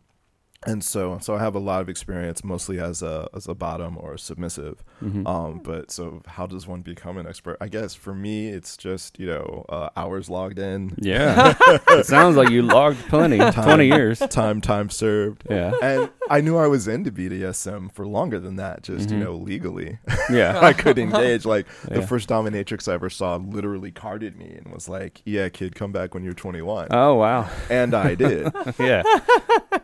C: and so so I have a lot of experience, mostly as a as a bottom or a submissive.
A: Hmm. Uh,
C: Um, but so how does one become an expert? I guess for me, it's just you know uh, hours logged in,
A: yeah. it sounds like you logged plenty, twenty years.
C: time time served.
A: Yeah,
C: And I knew I was into BDSM for longer than that, just you know legally.
A: yeah.
C: I could engage. Like the
A: Yeah.
C: first dominatrix I ever saw literally carded me and was like, "Yeah, kid, come back when you're 21,"
A: Oh wow,
C: and I did.
A: yeah.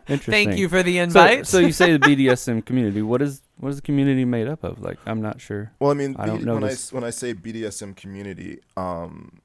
A: Interesting.
B: Thank you for the
A: So,
B: invite.
A: so you say the BDSM community. What is what is the community made up of? Like, I'm not sure.
C: Well, I mean,
A: I don't
C: B-
A: know
C: when I
A: this.
C: s- when I say BDSM community, um,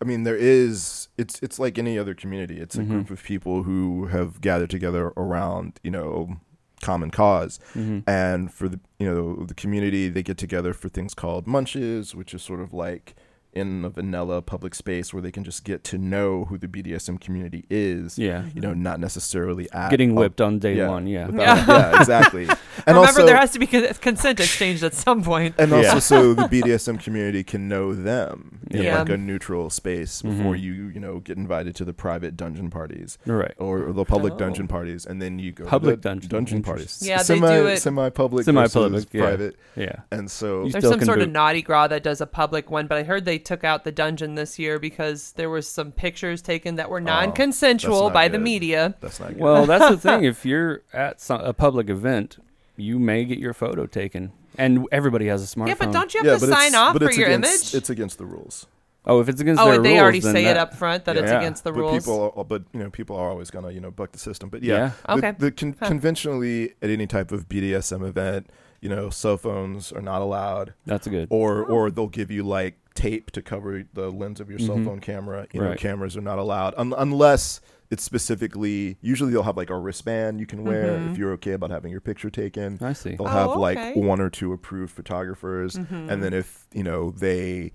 C: I mean there is it's it's like any other community. It's a
A: Mm-hmm.
C: group of people who have gathered together around you know common because
A: Mm-hmm.
C: and for the you know the community they get together for things called munches which is sort of like in a vanilla public space where they can just get to know who the BDSM community is
A: Yeah,
C: you know not necessarily at
A: getting
C: a-
A: whipped on day
C: yeah,
A: one. Yeah,
C: without- yeah exactly and
B: Remember,
C: also
B: there has to be con- consent exchanged at some point.
C: and
A: Yeah.
C: also so the BDSM community can know them in
B: Yeah.
C: like a neutral space before
A: Mhm.
C: you you know get invited to the private dungeon parties
A: You're right.
C: or, or the public
B: Oh.
C: dungeon parties, and then you go to
A: Public
C: the
A: dungeon.
C: dungeon
A: Interesting.
C: parties.
B: Yeah, they
C: semi,
B: do it-
C: semi-public,
A: Semi-public,
C: versus
A: yeah.
C: private,
A: Yeah.
C: and so
A: You
B: There's
A: still
B: some
A: can
B: sort of
A: boot.
B: naughty gra that does a public one, but I heard they took out the dungeon this year because there was some pictures taken that were non-consensual
C: Oh, not
B: by the
C: good.
B: media.
C: that's not good.
A: Well, that's the thing. If you're at some, a public event, you may get your photo taken, and everybody has a smartphone.
B: Yeah, but don't you have
C: yeah,
B: to
C: but it's-
B: sign off
C: but
B: for
C: it's
B: your
C: against,
B: image?
C: It's against the rules.
A: Oh, if it's against
B: Oh,
A: their
B: they
A: rules,
B: already
A: then
B: say it
A: that-
B: up front that it's
A: Yeah.
B: against the
C: but
B: rules.
C: people, are, but you know, people are always gonna you know buck the system. But yeah,
A: Yeah.
C: the-
B: Okay.
C: The, con- conventionally at any type of BDSM event, you know, cell phones are not allowed,
A: That's good.
C: or or they'll give you like tape to cover the lens of your cell
B: Mm-hmm.
C: phone camera. You know,
A: Right.
C: cameras are not allowed un- unless it's specifically. Usually, they'll have like a wristband you can wear
B: Mm-hmm.
C: if you're okay about having your picture taken.
A: I see.
C: They'll have
B: Oh,
C: like
B: okay. Mm-hmm.
C: one or two approved photographers, and then if you know they,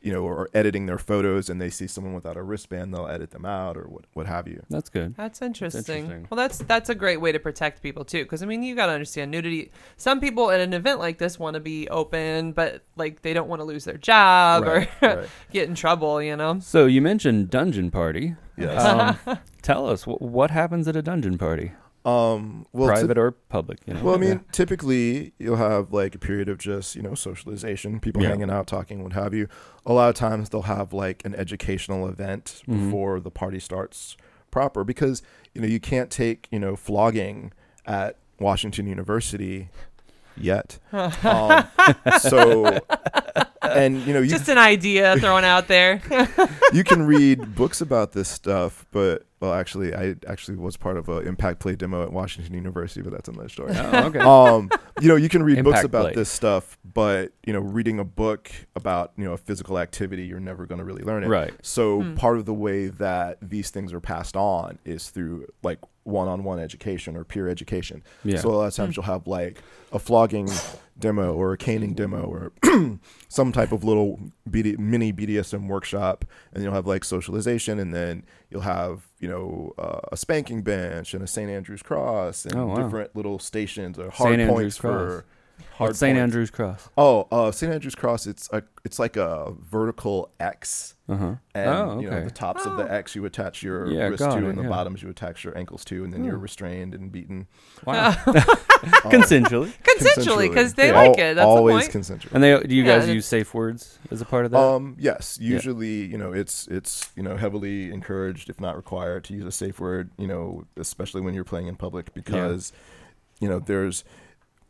C: you know, are editing their photos and they see someone without a wristband, they'll edit them out or what what have you.
A: That's good.
B: That's interesting.
A: interesting.
B: Well, that's that's a great way to protect people too, because I mean, you got to understand nudity. Some people at an event like this want to be open, but like they don't want to lose their job or
C: Right, right.
B: get in trouble. You know,
A: So you mentioned dungeon party.
C: Yes.
A: Um, tell us wh- what happens at a dungeon party,
C: Um, well, to-
A: private or public. You know?
C: Well, I mean,
A: Yeah.
C: typically you'll have like a period of just, you know, socialization, people
A: Yeah.
C: hanging out, talking, what have you. A lot of times they'll have like an educational event before the party starts proper because, you know, you can't take, you know, flogging at Washington University yet. Um, so, and, you know, you
B: just an idea thrown out there.
C: you can read books about this stuff, but well, actually, I actually was part of an impact play demo at Washington University, but that's another story.
A: Oh, okay.
C: um, you know, you can read books
A: Impact
C: about
A: play.
C: this stuff, but you know, reading a book about you know a physical activity, you're never going to really learn it.
A: Right.
C: So part of the way that these things are passed on is through like one-on-one education or peer education.
A: Yeah.
C: So a lot of times you'll have like a flogging demo or a caning demo or some type of little BD, mini BDSM workshop, and you'll have like socialization, and then you'll have you know uh, a spanking bench and a St. Andrew's cross and
A: Oh, wow.
C: different little stations or hard
A: St.
C: points
A: Andrew's
C: for
A: cross.
C: hard
A: What's St.
C: points.
A: Andrew's Cross.
C: Oh, uh, St. Andrew's cross. It's a it's like a vertical X.
A: Uh huh.
C: And
A: Oh,
C: you know
A: okay.
C: the tops of the X you attach your
A: Yeah,
C: wrist
A: got
C: to,
A: it,
C: and
A: yeah.
C: the
A: Hmm.
C: bottoms you attach your ankles to, and then you're restrained and beaten.
B: Oh.
A: Wow. Consensually.
B: Consensually, because they
C: Yeah.
B: like
C: Al-
B: it. That's
C: always
B: the point.
C: consensual.
A: And they do you
B: Yeah,
A: guys
B: it-
A: use safe words as a part of that?
C: Um, yes, usually you know it's it's you know heavily encouraged, if not required, to use a safe word. You know, especially when you're playing in public, because you know there's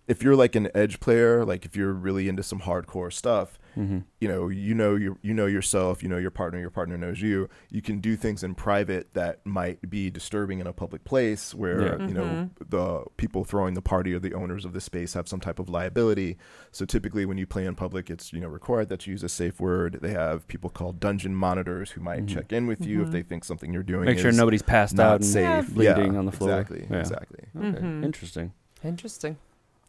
C: if you're like an edge player, like if you're really into some hardcore stuff,
A: Mm-hmm.
C: you know, you know you you know yourself, you know your partner, your partner knows you. You can do things in private that might be disturbing in a public place where
A: Yeah.
C: you know
B: Mm-hmm.
C: the people throwing the party or the owners of the space have some type of liability. So typically when you play in public, it's you know required that you use a safe word. They have people called dungeon monitors who might check in with you
B: Mm-hmm.
C: if they think something you're doing
A: Mm-hmm. Make sure
C: is
A: nobody's passed
C: not
A: out and
C: safe,
A: bleeding
C: Yeah,
A: on the floor.
C: Exactly,
A: Yeah.
C: exactly.
A: Okay. Interesting.
B: Interesting. Mm-hmm.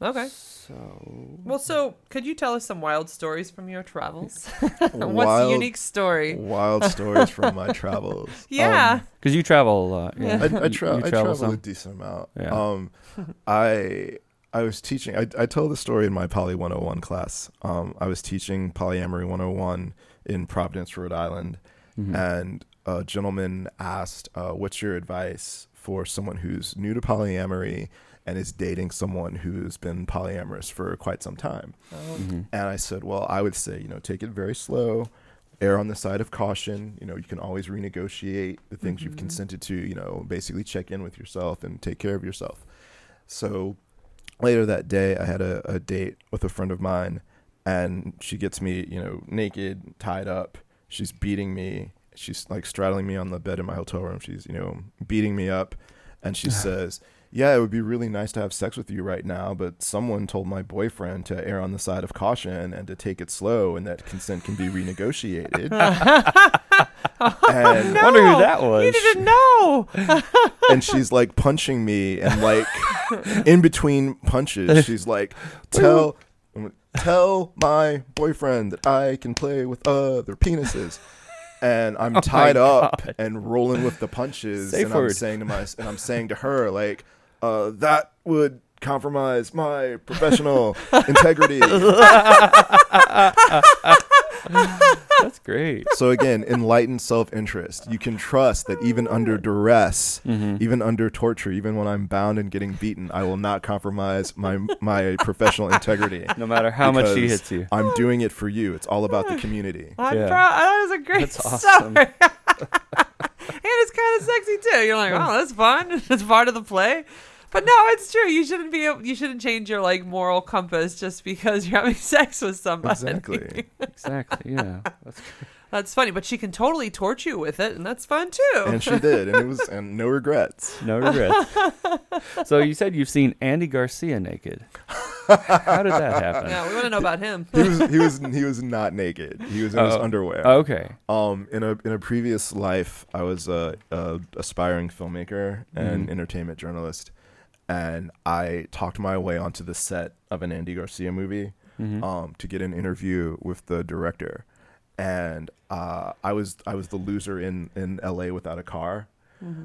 B: Okay.
A: So
B: Well, so could you tell us some wild stories from your travels? What's a
C: Wild- Um,
B: unique story?
C: Wild stories from my travels.
B: Yeah.
C: Um,
A: because you travel a lot. Yeah.
C: I, I,
A: You-
C: tra-
A: you
C: I travel a
A: some?
C: decent amount.
A: Yeah.
C: Um, I I was teaching. I, I tell the story in my Poly 101 class. Um, I was teaching polyamory 101 in Providence, Rhode Island,
A: Mm-hmm.
C: and a gentleman asked, uh, "What's your advice for someone who's new to polyamory and is dating someone who's been polyamorous for quite some time?"
A: Mm-hmm.
C: And I said, well, I would say, you know, take it very slow, err on the side of caution. You know, you can always renegotiate the things you've consented to, you know, basically check in with yourself and take care of yourself. So later that day, I had a, a date with a friend of mine, and she gets me, you know, naked, tied up. She's beating me. She's like straddling me on the bed in my hotel room. She's, you know, beating me up. And she says, Yeah, it would be really nice to have sex with you right now, but someone told my boyfriend to err on the side of caution and to take it slow and that consent can be renegotiated. and,
A: Wonder who
B: No,
A: that was.
B: You didn't know.
C: and she's like punching me and like in between punches she's like tell tell my boyfriend that i can play with other penises and i'm tied up and rolling with the punches
A: Safe
C: and i'm
A: word.
C: saying to my and i'm saying to her like uh, that would compromise my professional integrity
A: That's great.
C: so again enlightened self-interest you can trust that even under duress
A: Mm-hmm.
C: even under torture even when i'm bound and getting beaten i will not compromise my my professional integrity
A: No matter how much she
C: because
A: hits you.
C: i'm doing it for you it's all about the community
B: I'm
A: Yeah.
B: proud. That was a great
A: That's awesome.
B: story. and it's kind of sexy too. You're like, oh, that's fun. It's part of the play. But no, it's true. You shouldn't be. You shouldn't change your like moral compass just because you're having sex with somebody.
C: exactly
A: Exactly. Yeah. That's
B: That's funny. But she can totally torture you with it, and that's fun too.
C: and she did and it was and no regrets
A: No regrets. so you said you've seen Andy Garcia naked. How did that happen?
B: Yeah, we want to know about him.
C: He was he was he was not naked. He was in his
A: Oh.
C: underwear.
A: Okay.
C: Um, in a in a previous life, I was a, a aspiring filmmaker and entertainment journalist, and I talked my way onto the set of an Andy Garcia movie,
A: Mm-hmm. Oh,
C: um, to get an interview with the director, and uh, I was I was the loser in in L.A. without a car.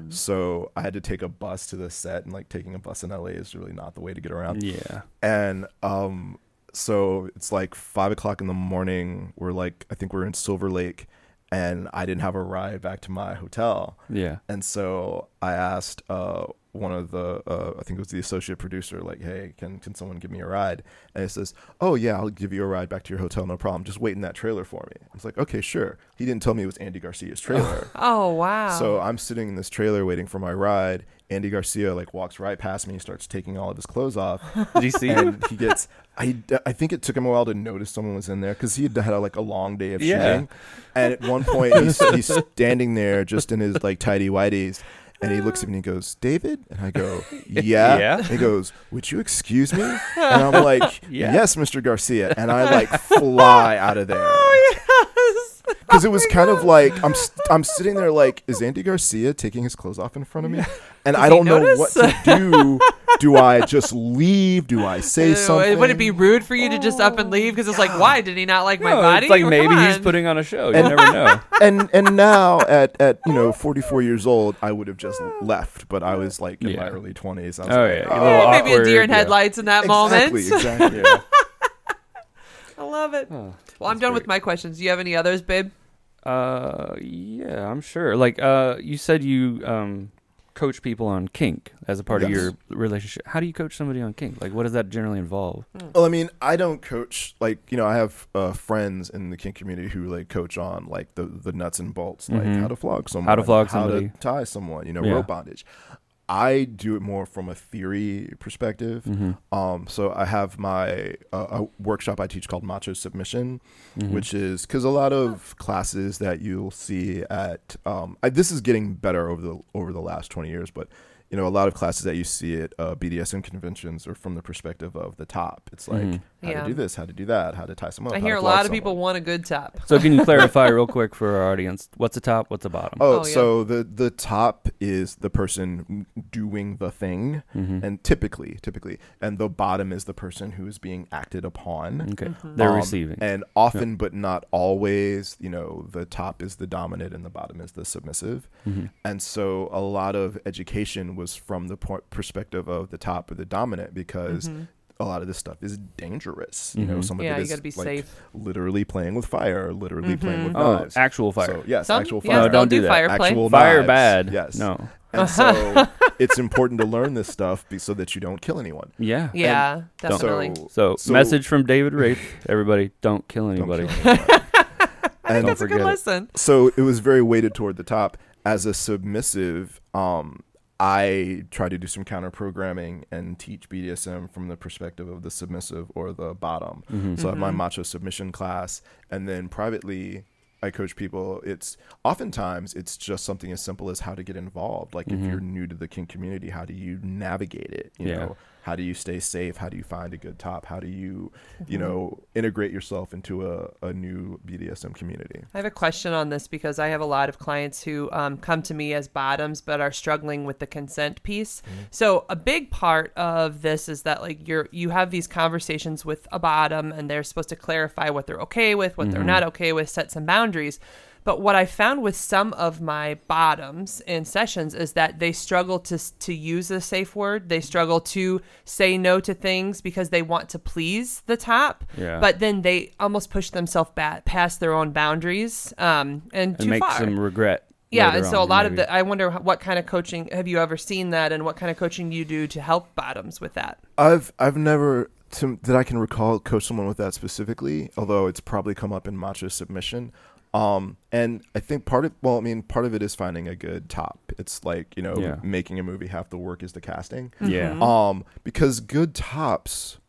C: So I had to take a bus to the set, and like taking a bus in LA is really not the way to get around
A: Yeah.
C: and um so it's like five o'clock in the morning we're like i think we're in silver lake and i didn't have a ride back to my hotel
A: Yeah.
C: and so i asked uh one of the uh, i think it was the associate producer like hey can can someone give me a ride and he says oh yeah i'll give you a ride back to your hotel no problem just wait in that trailer for me i was like okay sure he didn't tell me it was andy garcia's trailer
B: Oh wow.
C: so I'm sitting in this trailer waiting for my ride. Andy Garcia like walks right past me, starts taking all of his clothes off.
A: Did you see
C: and he gets. I, I think it took him a while to notice someone was in there because he had had like a long day of
A: Yeah.
C: shooting. And at one point, he's, he's standing there just in his like tidy whities. And he looks at me and he goes, David? And I go, Yeah.
A: Yeah.
C: And he goes, Would you excuse me? And I'm like,
A: Yeah.
C: Yes, Mr. Garcia. And I like fly out of there
A: Oh,
B: yes.
C: because it was kind of like I'm s I'm sitting there like is Andy Garcia taking his clothes off in front of me, and I
B: he
C: don't know what
B: notice?
C: to do. do I just leave? Do I say
B: Ew,
C: something?
B: Would it be rude for you to just up and leave? Because it's like, why did he not like my
A: Oh, No, Oh,
B: body?
A: It's like
B: Or,
A: maybe
B: come
A: he's
B: on.
A: putting on a show. You never know.
C: and and now at at you know 44 years old, I would have just left, but I was like in my
A: Yeah.
C: early 20s. I was
A: Oh,
C: like,
A: yeah.
C: oh,
A: A little
B: Yeah, maybe a deer
A: awkward,
B: in
A: yeah.
B: headlights in that
C: exactly,
B: moment.
C: exactly.
B: I love it. well, I'm done with my questions. Do you have any others, babe?
A: Uh, yeah, I'm sure. Like, uh, you said you um coach people on kink as a part of
C: Yes.
A: your relationship. How do you coach somebody on kink? Like, what does that generally involve?
C: Well, I mean, I don't coach like you know. I have uh, friends in the kink community who like coach on like the the nuts and bolts, like
A: Mhm.
C: how to flog someone,
A: flog
C: how
A: somebody.
C: to tie someone, you know,
A: Yeah.
C: rope bondage. I do it more from a theory perspective.
A: Mm-hmm. Mm.
C: Um, so I have my uh, a workshop I teach called Macho Submission,
A: Mm-hmm.
C: which is because a lot of classes that you'll see at um, I, this is getting better over the over the last twenty years, but you know a lot of classes that you see at uh, BDSM conventions are from the perspective of the top. It's
A: Mm-hmm.
C: like how
B: Yeah.
C: to do this, how to do that, how to tie someone. Up,
B: I
C: how
B: hear
C: to
B: a
C: flog
B: lot of people
C: someone.
B: want a good top.
A: So, can you clarify real quick for our audience? What's the top? What's the bottom?
C: Oh,
B: Oh, yeah.
C: so the the top is the person doing the thing,
A: Mm-hmm.
B: Mm-hmm.
C: and typically, typically, and the bottom is the person who is being acted upon.
B: Mm-hmm.
A: okay, they're
C: Um,
A: receiving.
C: and often, but not always. You know, the top is the dominant, and the bottom is the submissive.
A: Mm-hmm.
C: And so, a lot of education was from the po- perspective of the top or the dominant because. A lot of this stuff is dangerous. You know, some
B: Mm-hmm.
C: of
B: Yeah,
C: it
B: you
C: is
B: gotta be
C: like
B: safe. Mm-hmm.
C: literally playing with fire, literally playing with
A: oh,
C: knives.
A: actual fire.
C: So, yes,
B: Some,
C: actual
B: yes,
C: fire.
A: No,
B: they'll
A: don't
B: do
A: do that.
B: fire play.
C: Actual
A: Fire
C: knives.
A: bad.
C: Yes.
A: No.
C: And so it's important to learn this stuff be, so that you don't kill anyone.
A: Yeah.
B: yeah,
C: So,
B: definitely.
A: So,
C: so-
A: message from David Wraith. Everybody, don't kill
C: Don't kill
A: anybody.
C: anyone. and
B: That's a
A: forget
B: good
A: it.
B: lesson.
C: so it was very weighted toward the top. As a submissive, um, I try to do some counter programming and teach BDSM from the perspective of the submissive or the bottom. So I have my macho submission class, and then privately. I coach people. It's oftentimes it's just something as simple as how to get involved. Like if you're new to the kink community, how do you navigate it? You
A: Yeah.
C: know, how do you stay safe? How do you find a good top? How do you, you know, integrate yourself into a, a new BDSM community?
B: I have a question on this because I have a lot of clients who um, come to me as bottoms but are struggling with the consent piece. So a big part of this is that like you're you have these conversations with a bottom and they're supposed to clarify what they're okay with, what they're not okay with, set some boundaries. But what I found with some of my bottoms in sessions is that they struggle to to use a safe word. They struggle to say no to things because they want to please the top.
A: Yeah.
B: But then they almost push themselves back past their own boundaries um, and
A: It
B: too
A: makes
B: far.
A: them regret.
B: yeah,
A: later
B: and so a
A: on,
B: lot of
A: maybe.
B: the I wonder h- what kind of coaching have you ever seen that, and what kind of coaching you do to help bottoms with that.
C: I've I've never to, that I can recall coach someone with that specifically, although it's probably come up in macho submission. Um, and I think part of well, I mean, part of it is finding a good top. It's like you know,
A: Yeah.
C: making a movie half the work is the
B: mm-hmm.
C: casting.
A: Yeah.
C: Um, because good tops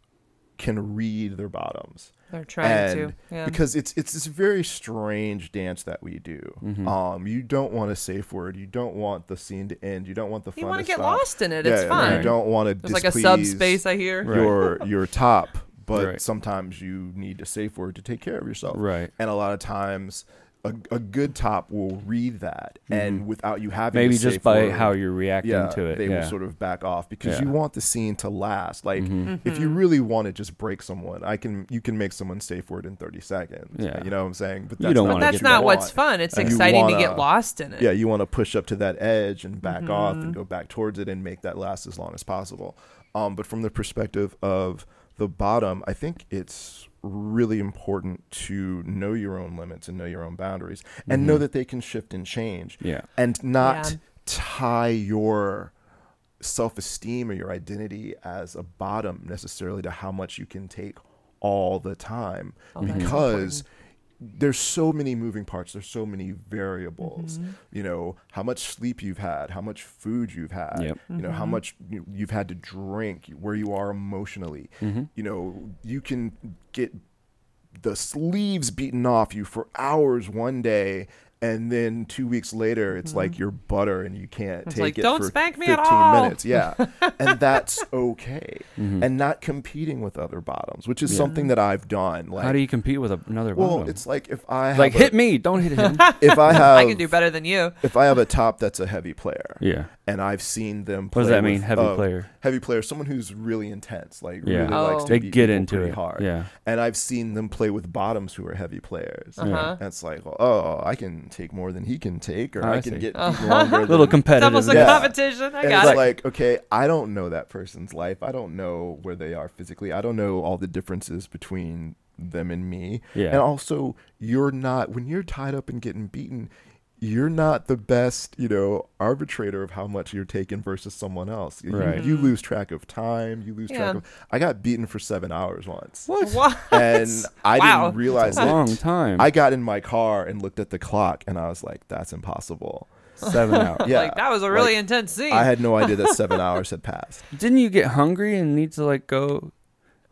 C: can read their bottoms.
B: They're trying
C: and
B: to. Yeah.
C: because it's it's this very strange dance that we do. Um, you don't want a safe word. You don't want the scene to end. You don't want the
B: you
C: fun
B: want
C: to
B: to get
C: stop.
B: lost in it.
C: Yeah,
B: it's fine.
C: You don't want to
B: There's
C: displease
B: like a subspace I hear.
A: Right.
C: your your top, but
A: Right.
C: sometimes you need a safe word to take care of yourself.
A: Right.
C: And a lot of times, a, a good top will read that, and without you having a
A: Mm-hmm. Maybe just
C: safe
A: by
C: word,
A: how you're reacting
C: yeah,
A: to it.
C: They
A: yeah.
C: will sort of back off because
A: Yeah. Mm-hmm.
C: you want the scene to last. Like
B: Mm-hmm.
C: if you really want to just break someone, I can you can make someone safe word in 30 seconds.
A: Yeah.
C: You know what I'm saying? But
A: You
C: that's
A: don't wanna
B: But
C: not what
B: that's
A: get
C: you
B: not what's
C: want.
B: fun. It's
C: You
B: exciting to
C: wanna-
B: get lost in it. Mm-hmm.
C: Yeah, you want to push up to that edge and back off and go back towards it and make that last as long as possible. Um, but from the perspective of the bottom, I think it's really important to know your own limits and know your own boundaries and
B: Mm-hmm.
C: know that they can shift and change
A: Yeah.
C: and not
B: Yeah.
C: tie your self esteem or your identity as a bottom necessarily to how much you can take all the time
B: Oh, that's
C: because there's so many moving parts there's so many variables
B: Mm-hmm.
C: you know how much sleep you've had how much food you've had
A: Yep.
C: you know
B: Mm-hmm.
C: how much you- you've had to drink where you are emotionally you know you can get the sleeves beaten off you for hours one day and then two weeks later it's like you're butter and you can't
B: Mm-hmm. It's
C: take
B: like,
C: it
B: "Don't
C: for
B: spank me
C: 15
B: at all."
C: minutes yeah and that's okay
A: Mm-hmm.
C: and not competing with other bottoms which is something that i've done like
A: How do you compete with a- another
C: well
A: bottom?
C: it's like if i have
A: like
C: a-
A: hit me, don't hit him.
C: if i have
B: I can do better than you.
C: if i have a top that's a heavy player
A: yeah.
C: and i've seen them play
A: What does that
C: with-
A: mean, heavy
C: uh,
A: player?
C: heavy player someone who's really intense like
A: Yeah.
C: really likes
B: Oh.
C: to
A: They
C: beat
A: get
C: people
A: into
C: pretty
A: it.
C: hard
A: Yeah.
C: and I've seen them play with bottoms who are heavy players.
B: Uh-huh.
C: And it's like, well, oh, I can take more than he can take, or
A: Oh, I
C: I, can
A: see.
C: get longer.
A: Little
C: than-
B: It's
A: competitive.
B: almost a
C: Yeah.
B: competition. Oh. I
C: and
B: got
C: it's
B: it.
C: like, okay, I don't know that person's life. I don't know where they are physically. I don't know all the differences between them and me.
A: Yeah.
C: And also, you're not when you're tied up and getting beaten. You're not the best, you know, arbitrator of how much you're taking versus someone else. You-
A: Right.
C: You, lose track of time. You lose
B: Mm-hmm. Yeah.
C: track of. I got beaten for seven hours once,
A: What?
B: What?
C: and I
B: Wow.
C: didn't realize it
A: Long time.
C: I got in my car and looked at the clock and I was like, that's impossible.
A: Seven hours.
C: Yeah.
B: Like that was a really
C: Like,
B: intense scene.
C: I had no idea that seven hours had passed.
A: Didn't you get hungry and need to like go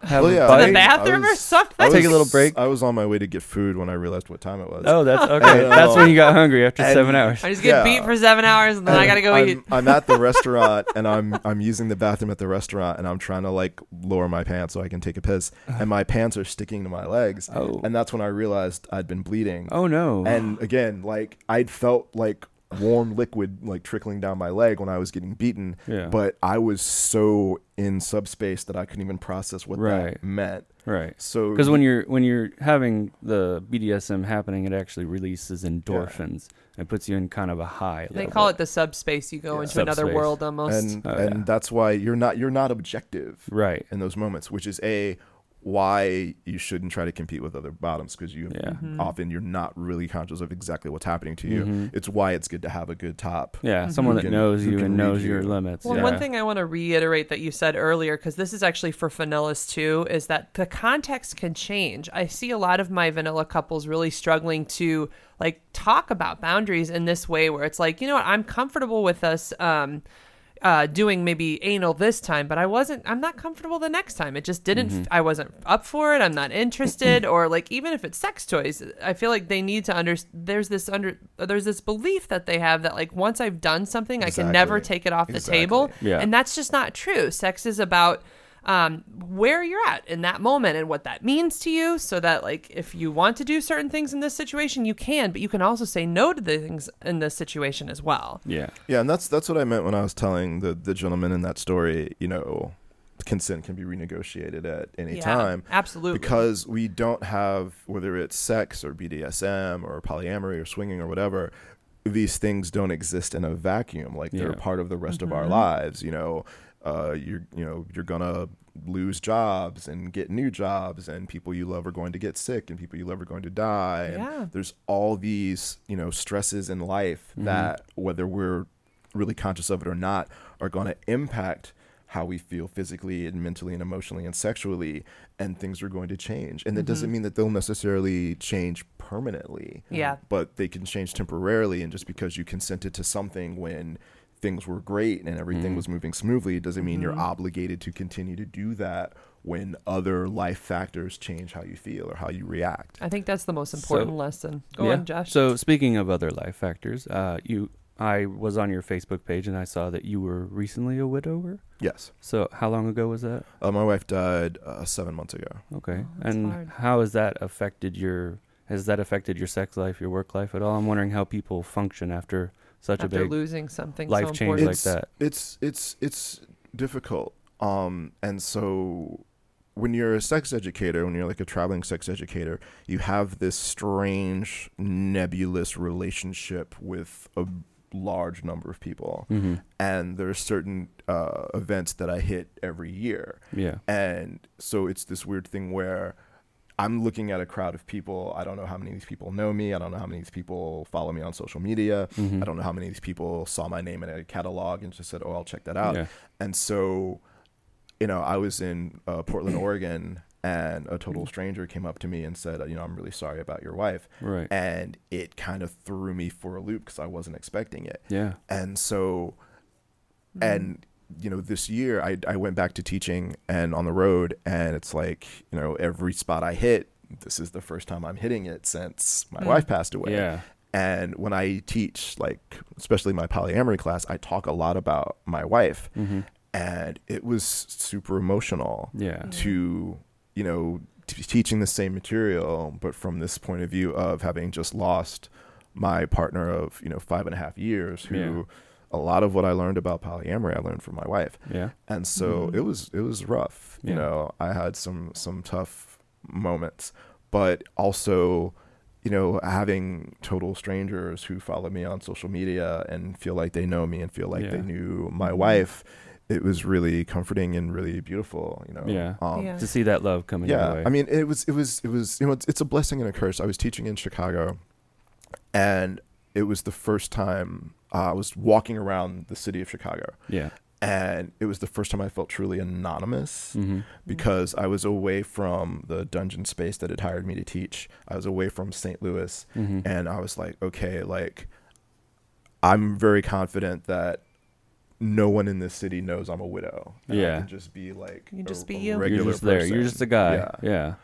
A: have
C: Well, yeah,
A: a
C: I-
A: bite?
B: To the bathroom
C: I
B: or something?
C: I
A: Take a little break.
C: I was on my way to get food when I realized what time it was.
A: Oh, that's okay.
C: And,
A: that's
C: uh,
A: when you got hungry after
C: and-
A: seven hours.
B: I just get
C: Yeah.
B: beat for seven hours and then I gotta go
C: I'm,
B: eat.
C: I'm at the restaurant and I'm I'm using the bathroom at the restaurant and I'm trying to like lower my pants so I can take a piss and my pants are sticking to my legs
A: Oh.
C: and that's when I realized I'd been bleeding.
A: Oh no.
C: And again, like I'd felt like warm liquid like trickling down my leg when I was getting beaten.
A: Yeah.
C: But I was so in subspace that I couldn't even process what
A: Right.
C: that meant.
A: right.
C: So
A: Because when you're when you're having the BDSM happening, it actually releases endorphins and puts you in kind of a high. a
B: They
A: little
B: call
A: bit.
B: it the subspace. You go
C: Yeah.
B: into another
A: Subspace.
B: world almost.
C: and
A: Oh,
C: and
A: yeah.
C: that's why you're not you're not objective
A: right.
C: in those moments, which is a why you shouldn't try to compete with other bottoms because you
A: Yeah.
C: often you're not really conscious of exactly what's happening to you.
A: Mm-hmm.
C: It's why it's good to have a good top.
A: Yeah, someone that
C: can-
A: knows
C: who
A: you
C: can
A: and
C: read
A: knows your
C: you.
A: limits.
B: Mm-hmm. Well,
A: yeah.
B: one thing I want to reiterate that you said earlier, because this is actually for vanillas too, is that the context can change. I see a lot of my vanilla couples really struggling to like talk about boundaries in this way, where it's like, you know what, I'm comfortable with us. Um, uh, doing maybe anal this time, but I wasn't. I'm not comfortable the next time. It just didn't. I wasn't up for it. I'm not interested. or like even if it's sex toys, I feel like they need to under. There's this under. There's this belief that they have that like once I've done something, I can never
C: Exactly.
B: take it off the
C: Exactly.
B: table.
A: Yeah.
B: And that's just not true. Sex is about um, where you're at in that moment and what that means to you. So that, like, if you want to do certain things in this situation, you can, but you can also say no to the things in this situation as well.
A: yeah,
C: Yeah, and that's that's what I meant when I was telling the the gentleman in that story. You know, consent can be renegotiated at any time.
B: Absolutely.
C: Because we don't have, whether it's sex or BDSM or polyamory or swinging or whatever, these things don't exist in a vacuum. Like they're
A: Yeah.
C: part of the rest of our
B: Mm-hmm.
C: lives. You know, uh, you're you know you're gonna lose jobs and get new jobs, and people you love are going to get sick, and people you love are going to die.
B: Yeah.
C: And there's all these you know stresses in life that whether we're really conscious of it or not are going to impact how we feel physically and mentally and emotionally and sexually and things are going to change and that doesn't mean that they'll necessarily change permanently
B: Yeah.
C: but they can change temporarily and just because you consented to something when things were great and everything was moving smoothly doesn't mean you're obligated to continue to do that when other life factors change how you feel or how you react.
B: I think that's the most important
A: So-
B: lesson. Go
A: Yeah.
B: on, Josh.
A: So speaking of other life factors, uh, you, I was on your Facebook page and I saw that you were recently a widower.
C: Yes.
A: So how long ago was that?
C: Uh, my wife died uh, seven months ago.
A: Okay.
B: Oh, that's
A: and
B: hard.
A: how has that affected your? Has that affected your sex life, your work life at all? I'm wondering how people function after such
B: after
A: a big.
B: losing something
A: life
B: so
A: change
B: important.
A: like
C: it's,
A: that.
C: It's it's it's difficult. Um, and so when you're a sex educator, when you're like a traveling sex educator, you have this strange nebulous relationship with a large number of people.
A: Mhm.
C: And there are certain uh, events that I hit every year.
A: Yeah.
C: And so it's this weird thing where I'm looking at a crowd of people. I don't know how many of these people know me. I don't know how many of these people follow me on social media.
A: Mm-hmm.
C: I don't know how many of these people saw my name in a catalog and just said, oh, I'll check that out.
A: Yeah.
C: And so, you know, I was in uh, Portland, Oregon, and a total
A: Mm-hmm.
C: stranger came up to me and said, you know, I'm really sorry about your wife.
A: Right.
C: And it kind of threw me for a loop because I wasn't expecting it
A: yeah.
C: and so
A: Mm-hmm.
B: Mm-hmm.
C: and you know this year I, I went back to teaching and on the road and it's like you know every spot i hit this is the first time i'm hitting it since my wife passed away
A: Mm. Yeah.
C: and when i teach like especially my polyamory class i talk a lot about my wife and it was super emotional
A: Mm-hmm. Yeah.
C: to you know t- teaching the same material but from this point of view of having just lost my partner of you know five and a half years who
A: Yeah.
C: a lot of what i learned about polyamory i learned from my wife
B: Mm-hmm.
A: Yeah.
C: and so it was it was rough
A: Mm-hmm. Yeah.
C: you know i had some some tough moments but also you know having total strangers who follow me on social media and feel like they know me and feel like
A: Yeah. Mm-hmm.
C: they knew my wife it was really comforting and really beautiful you know
A: Yeah.
C: um,
B: Yeah.
A: To see that love coming your
C: yeah
A: way.
C: i mean it was it was it was you know it's, it's a blessing and a curse i was teaching in chicago and it was the first time uh, i was walking around the city of chicago
A: yeah.
C: and it was the first time i felt truly anonymous
A: Mm-hmm.
C: because i was away from the dungeon space that had hired me to teach i was away from st louis
A: Mhm.
C: and i was like okay like i'm very confident that no one in this city knows i'm a widow and
A: Yeah.
C: i can just be like
B: You can
C: a-
B: just be
C: a
B: you. You're
A: You're
C: regular
A: just there. You're
C: person.
A: just a guy.
C: Yeah.
A: yeah.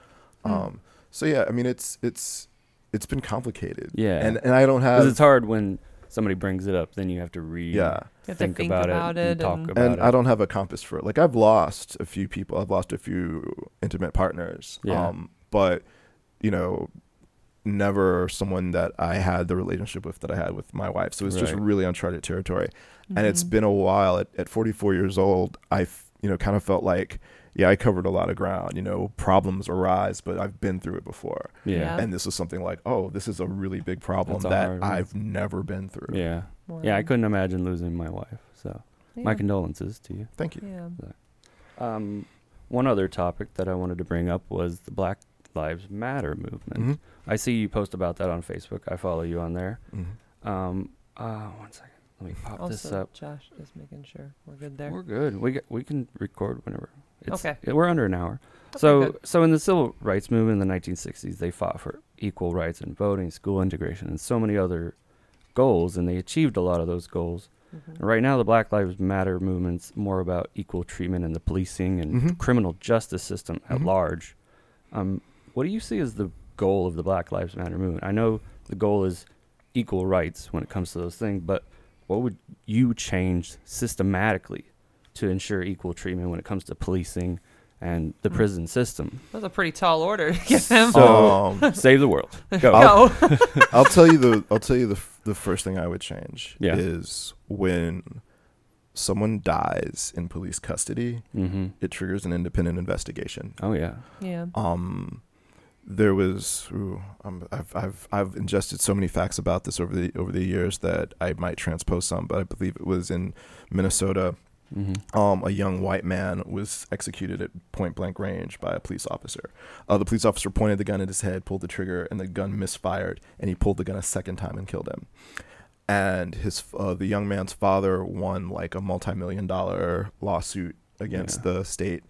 C: Um, so yeah, I mean, it's it's it's been complicated.
A: Yeah.
C: and and I don't
A: Because
C: have
A: it's hard when somebody brings it up, then you have to read.
C: yeah,
B: You have to think about
A: and
B: it
A: talk
B: and-
A: about
C: and
A: it.
C: I don't have a compass for it. Like I've lost a few people. I've lost a few intimate partners.
A: Yeah.
C: Um, but you know, never someone that I had the relationship with that I had with my wife. So it's just
A: Right.
C: really uncharted territory. And
B: Mm-hmm.
C: it's been a while. At, at 44 years old, I f- you know kind of felt like yeah, I covered a lot of ground. You know, problems arise, but I've been through it before.
A: yeah.
C: and this was something like, oh, this is a really big problem
A: That's a hard
C: that
A: one.
C: I've never been through.
A: Yeah.
B: Wow.
A: Yeah. I couldn't imagine losing my wife. So my
B: Yeah.
A: condolences to you.
C: Thank you.
B: Yeah.
A: Um, one other topic that I wanted to bring up was the Black Lives Matter movement.
C: Mhm.
A: I see you post about that on Facebook. I follow you on there.
C: Mhm.
A: Um, uh, one second. Let me pop this
B: Also,
A: up.
B: Josh is making sure we're good there.
A: We're good. We get, we can record whenever. It's,
B: Okay.
A: yeah, We're under an hour.
B: Okay,
A: so
B: good.
A: so in the civil rights movement in the 1960s, they fought for equal rights in voting, school integration, and so many other goals, and they achieved a lot of those goals.
B: Mm-hmm.
A: Right now, the Black Lives Matter movement's more about equal treatment in the policing and
C: Mhm.
A: criminal justice system at
C: Mhm.
A: large. Um, what do you see as the goal of the Black Lives Matter movement? I know the goal is equal rights when it comes to those things, but what would you change systematically to ensure equal treatment when it comes to policing and
C: Mm-hmm.
A: the prison system?
B: That's a pretty tall order to give him.
A: So-
C: um,
A: Save the world. Go.
B: no.
C: I'll tell you the I'll tell you the f- the first thing I would change
A: Yeah.
C: is when someone dies in police custody,
A: Mm-hmm.
C: it triggers an independent investigation.
A: Oh yeah.
B: yeah.
C: Um, there was ooh, um, I've I've I've ingested so many facts about this over the over the years that I might transpose some, but I believe it was in Minnesota.
A: Mm-hmm.
C: um, a young white man was executed at point blank range by a police officer. Uh, the police officer pointed the gun at his head, pulled the trigger, and the gun misfired. And he pulled the gun a second time and killed him. And his uh, the young man's father won like a multi million dollar lawsuit against
A: Yeah.
C: the state,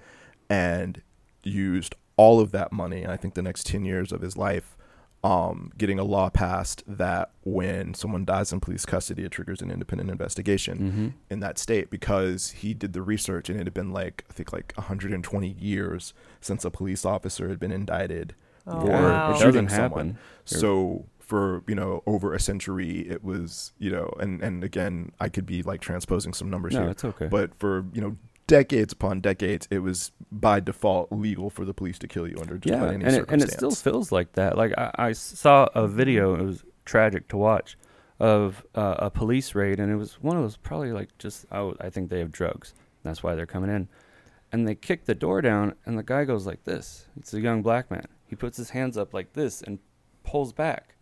C: and used all of that money. And I think the next ten years of his life um, getting a law passed that when someone dies in police custody, it triggers an independent investigation
A: Mm-hmm.
C: in that state because he did the research and it had been like, I think, like 120 years since a police officer had been indicted for
B: Oh, wow. It
C: shooting
A: doesn't
C: someone.
A: happen.
C: So for you know over a century it was you know and and again i could be like transposing some numbers
A: No,
C: here
A: it's okay.
C: but for you know decades upon decades it was by default legal for the police to kill you under just
A: yeah,
C: about any
A: and it, and
C: circumstance
A: it still feels like that. Like I, I saw a video; it was tragic to watch, of uh, a police raid, and it was one of those probably like just oh, I think they have drugs. That's why they're coming in, and they kick the door down, and the guy goes like this. It's a young black man. He puts his hands up like this and pulls back,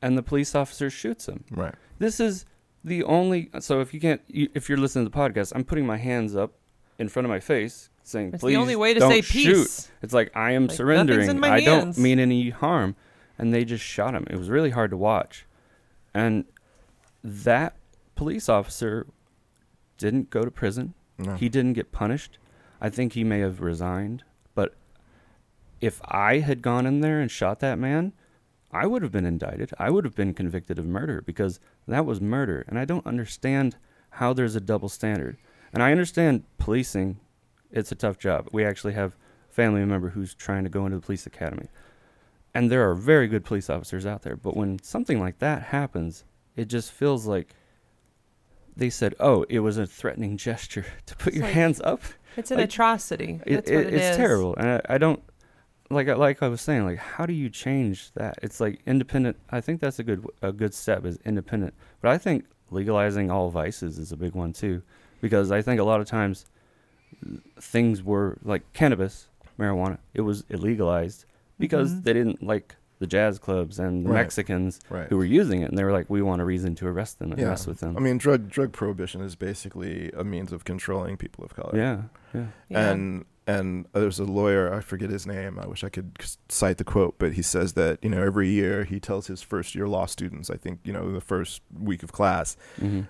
A: and the police officer shoots him.
C: right
A: This is the only. So if you can't, you, if you're listening to the podcast, I'm putting my hands up in front of my face, saying,
B: It's the
A: "Please,
B: only way to
A: don't
B: say
A: shoot."
B: peace.
A: It's like I am
B: Like,
A: surrendering.
B: nothing's in my
A: I
B: hands.
A: don't mean any harm, and they just shot him. It was really hard to watch, and that police officer didn't go to prison.
C: No.
A: He didn't get punished. I think he may have resigned, but if I had gone in there and shot that man, I would have been indicted. I would have been convicted of murder because that was murder. And I don't understand how there's a double standard. And I understand policing, it's a tough job. We actually have a family member who's trying to go into the police academy. And there are very good police officers out there. But when something like that happens, it just feels like they said, oh, it was a threatening gesture to put
B: It's
A: your
B: like-
A: hands up
B: It's an
A: Like,
B: atrocity.
A: it,
B: That's what
A: it-
B: it
A: it's
B: is.
A: terrible and I, I don't like I- like i was saying like how do you change that it's like independent i think that's a good a good step is independent but i think legalizing all vices is a big one too because i think a lot of times things were like cannabis marijuana it was illegalized because
B: Mhm.
A: they didn't like the jazz clubs and the
C: Right.
A: mexicans
C: right
A: who were using it and they were like we want a reason to arrest them and
C: Yeah.
A: mess with them
C: i mean drug drug prohibition is basically a means of controlling people of color
A: yeah yeah
B: Yeah.
C: and and there's a lawyer i forget his name i wish i could c- cite the quote but he says that you know every year he tells his first year law students i think you know the first week of class
A: hmm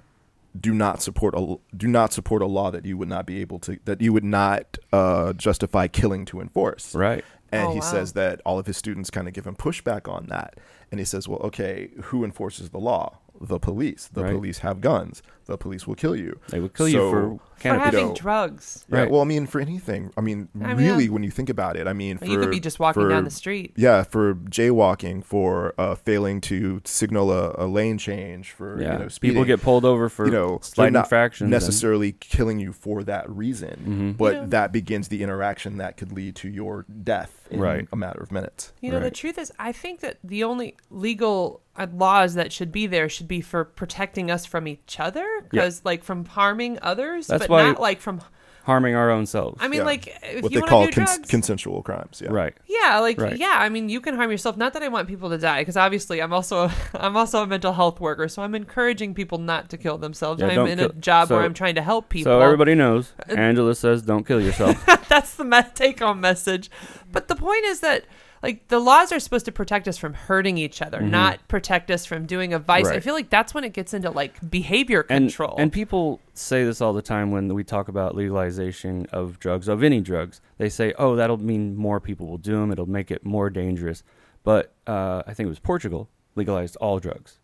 C: do not support a do not support a law that you would not be able to that you would not uh, justify killing to enforce.
A: right
C: And
B: Oh,
C: he
B: wow.
C: says that all of his students kind of give him pushback on that. And he says, "Well, okay, who enforces the law? The police. The
A: Right.
C: police have guns. The police will kill you."
A: they would kill
C: So-
A: you for
B: for
A: cannabis
B: having
C: know,
B: drugs.
C: Yeah.
A: Right.
C: Well, I mean, for anything. I mean,
B: I mean,
C: really,
B: yeah.
C: when you think about it, I mean, for,
B: you could be just walking
C: for-
B: down the street.
C: Yeah, for jaywalking, for uh, failing to signal a, a lane change, for
A: yeah
C: you know,
A: people
C: speeding.
A: get pulled over for
C: you know,
A: slight
C: they're not
A: infractions and-
C: necessarily killing you for that reason, but
B: Mm-hmm. Yeah.
C: that begins the interaction that could lead to your death in
A: Right.
C: a matter of minutes.
B: You know, the
A: Right.
B: truth is, I think that the only legal uh, laws that should be there should be for protecting us from each other,
A: Yeah.
B: because like from harming others,
A: That's
B: but
A: why-
B: not like from.
A: harming our own selves.
B: I mean,
C: Yeah.
B: like if
C: what
B: you
C: they
B: want to
C: call
B: do
C: cons-
B: drugs,
C: consensual crimes. Yeah.
A: right.
B: yeah, like
A: Right.
B: yeah. I mean, you can harm yourself. Not that I want people to die, because obviously I'm also a, I'm also a mental health worker, so I'm encouraging people not to kill themselves.
A: Yeah,
B: I'm
A: don't
B: in a
A: kill-
B: job where
A: so-
B: I'm trying to help people.
A: So everybody knows. Angela says, "Don't kill yourself."
B: that's the me- take home message. But the point is that like the laws are supposed to protect us from hurting each other, not protect us from doing a vice. I
A: Mm-hmm. Right.
B: feel like that's when it gets into like behavior
A: and
B: control.
A: and people say this all the time when we talk about legalization of drugs, of any drugs. They say, "Oh, that'll mean more people will do them. It'll make it more dangerous." But uh, I think it was Portugal legalized all drugs,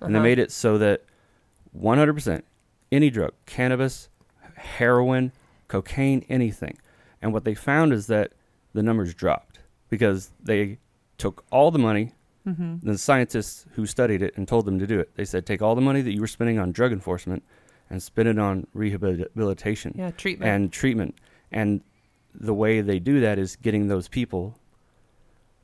A: and they
B: Uh-huh.
A: made it so that 100% any drug, cannabis, heroin, cocaine, anything. And what they found is that the numbers dropped because they took all the money.
B: Mm-hmm.
A: The scientists who studied it and told them to do it, they said, take all the money that you were spending on drug enforcement and spend it on rehabilitation
B: yeah, treatment.
A: and treatment. And the way they do that is getting those people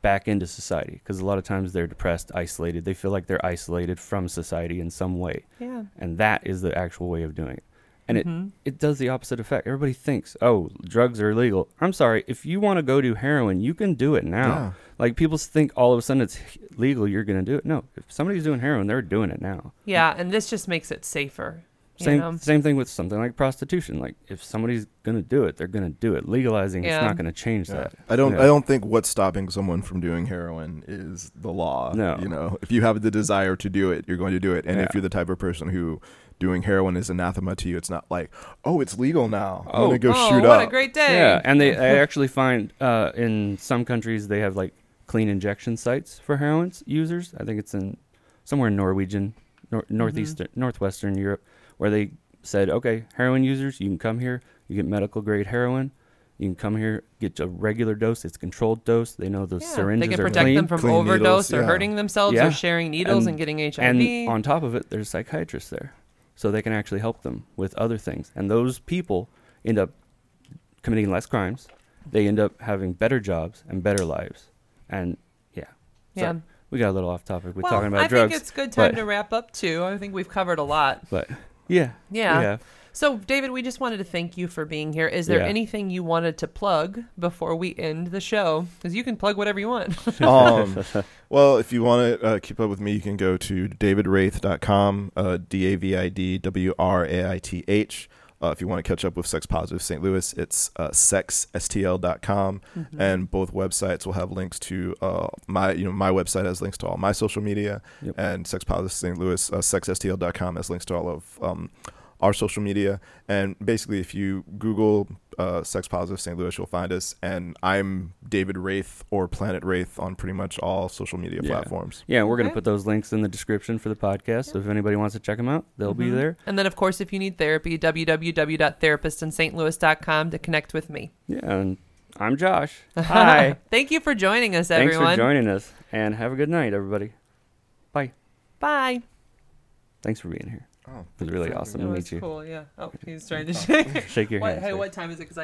A: back into society because a lot of times they're depressed, isolated. They feel like they're isolated from society in some way
B: yeah.
A: and that is the actual way of doing it and
B: Mm-hmm.
A: it, it does the opposite effect everybody thinks oh drugs are illegal i'm sorry if you want to go do heroin you can do it now
C: Yeah.
A: like people s- think all of a sudden it's legal you're gonna do it no if somebody's doing heroin they're doing it now
B: Yeah, and this just makes it safer. you
A: same
B: know?
A: same thing with something like prostitution like if somebody's gonna do it they're gonna do it legalizing
B: Yeah.
A: it's not gonna change
C: Yeah.
A: that
C: I don't.
A: Yeah.
C: I don't think what's stopping someone from doing heroin is the law.
A: No.
C: You know, if you have the desire to do it, you're going to do it. And
A: Yeah.
C: if you're the type of person who doing heroin is anathema to you, it's not like, oh, it's legal now. I'm
A: Oh.
C: gonna go
B: oh,
C: shoot
B: what
C: up.
B: a great day!
A: Yeah, and they I actually find uh, in some countries they have like clean injection sites for heroin users. I think it's in somewhere in Norwegian, nor-
B: Mm-hmm.
A: northeastern, northwestern Europe, where they said, okay, heroin users, you can come here, you get medical grade heroin. You can come here, get a regular dose. It's controlled dose. They know those
B: Yeah,
A: syringes
B: they can
A: are
B: protect
A: clean.
B: them from
C: Clean
B: overdose
C: needles,
B: or
C: yeah.
B: hurting themselves
A: Yeah.
B: or sharing needles and,
A: And-
B: getting HIV.
A: And on top of it, there's psychiatrists there. So they can actually help them with other things. And those people end up committing less crimes. They end up having better jobs and better lives. And yeah.
B: Yeah.
A: we got a little off topic. We're
B: well,
A: talking about
B: I
A: drugs.
B: think it's good time
A: but-
B: to wrap up too. I think we've covered a lot.
A: but yeah.
B: Yeah.
A: Yeah.
B: So, David, we just wanted to thank you for being here. Is there
A: Yeah.
B: anything you wanted to plug before we end the show? Because you can plug whatever you want.
C: um, well, if you want to uh, keep up with me, you can go to davidwraith.com, uh, D A V I D W R A I T H. Uh, if you want to catch up with Sex Positive St. Louis, it's uh, sexstl.com,
A: Mm-hmm.
C: and both websites will have links to uh, my you know my website has links to all my social media,
A: Yep.
C: and Sex Positive St. Louis uh, sexstl.com has links to all of um, our social media. And basically, if you Google uh, Sex Positive St. Louis, you'll find us. And I'm David Wraith or Planet Wraith on pretty much all social media
A: Yeah.
C: platforms.
A: Yeah. We're going to
B: Okay.
A: put those links in the description for the podcast. So if anybody wants to check them out, they'll be
B: Mhm.
A: there.
B: And then, of course, if you need therapy, www.therapistinstlouis.com to connect with me.
A: Yeah. And I'm Josh. Hi.
B: Thank you for joining us,
A: Thanks
B: everyone.
A: for joining us. And have a good night, everybody.
B: Bye.
A: Thanks for being here.
C: Oh,
A: It was really awesome to
B: It
A: meet
B: was
A: you.
B: cool, yeah. Oh, he's trying to shake.
A: Shake your
B: What-
A: hand.
B: hey, what time is it? 'Cause I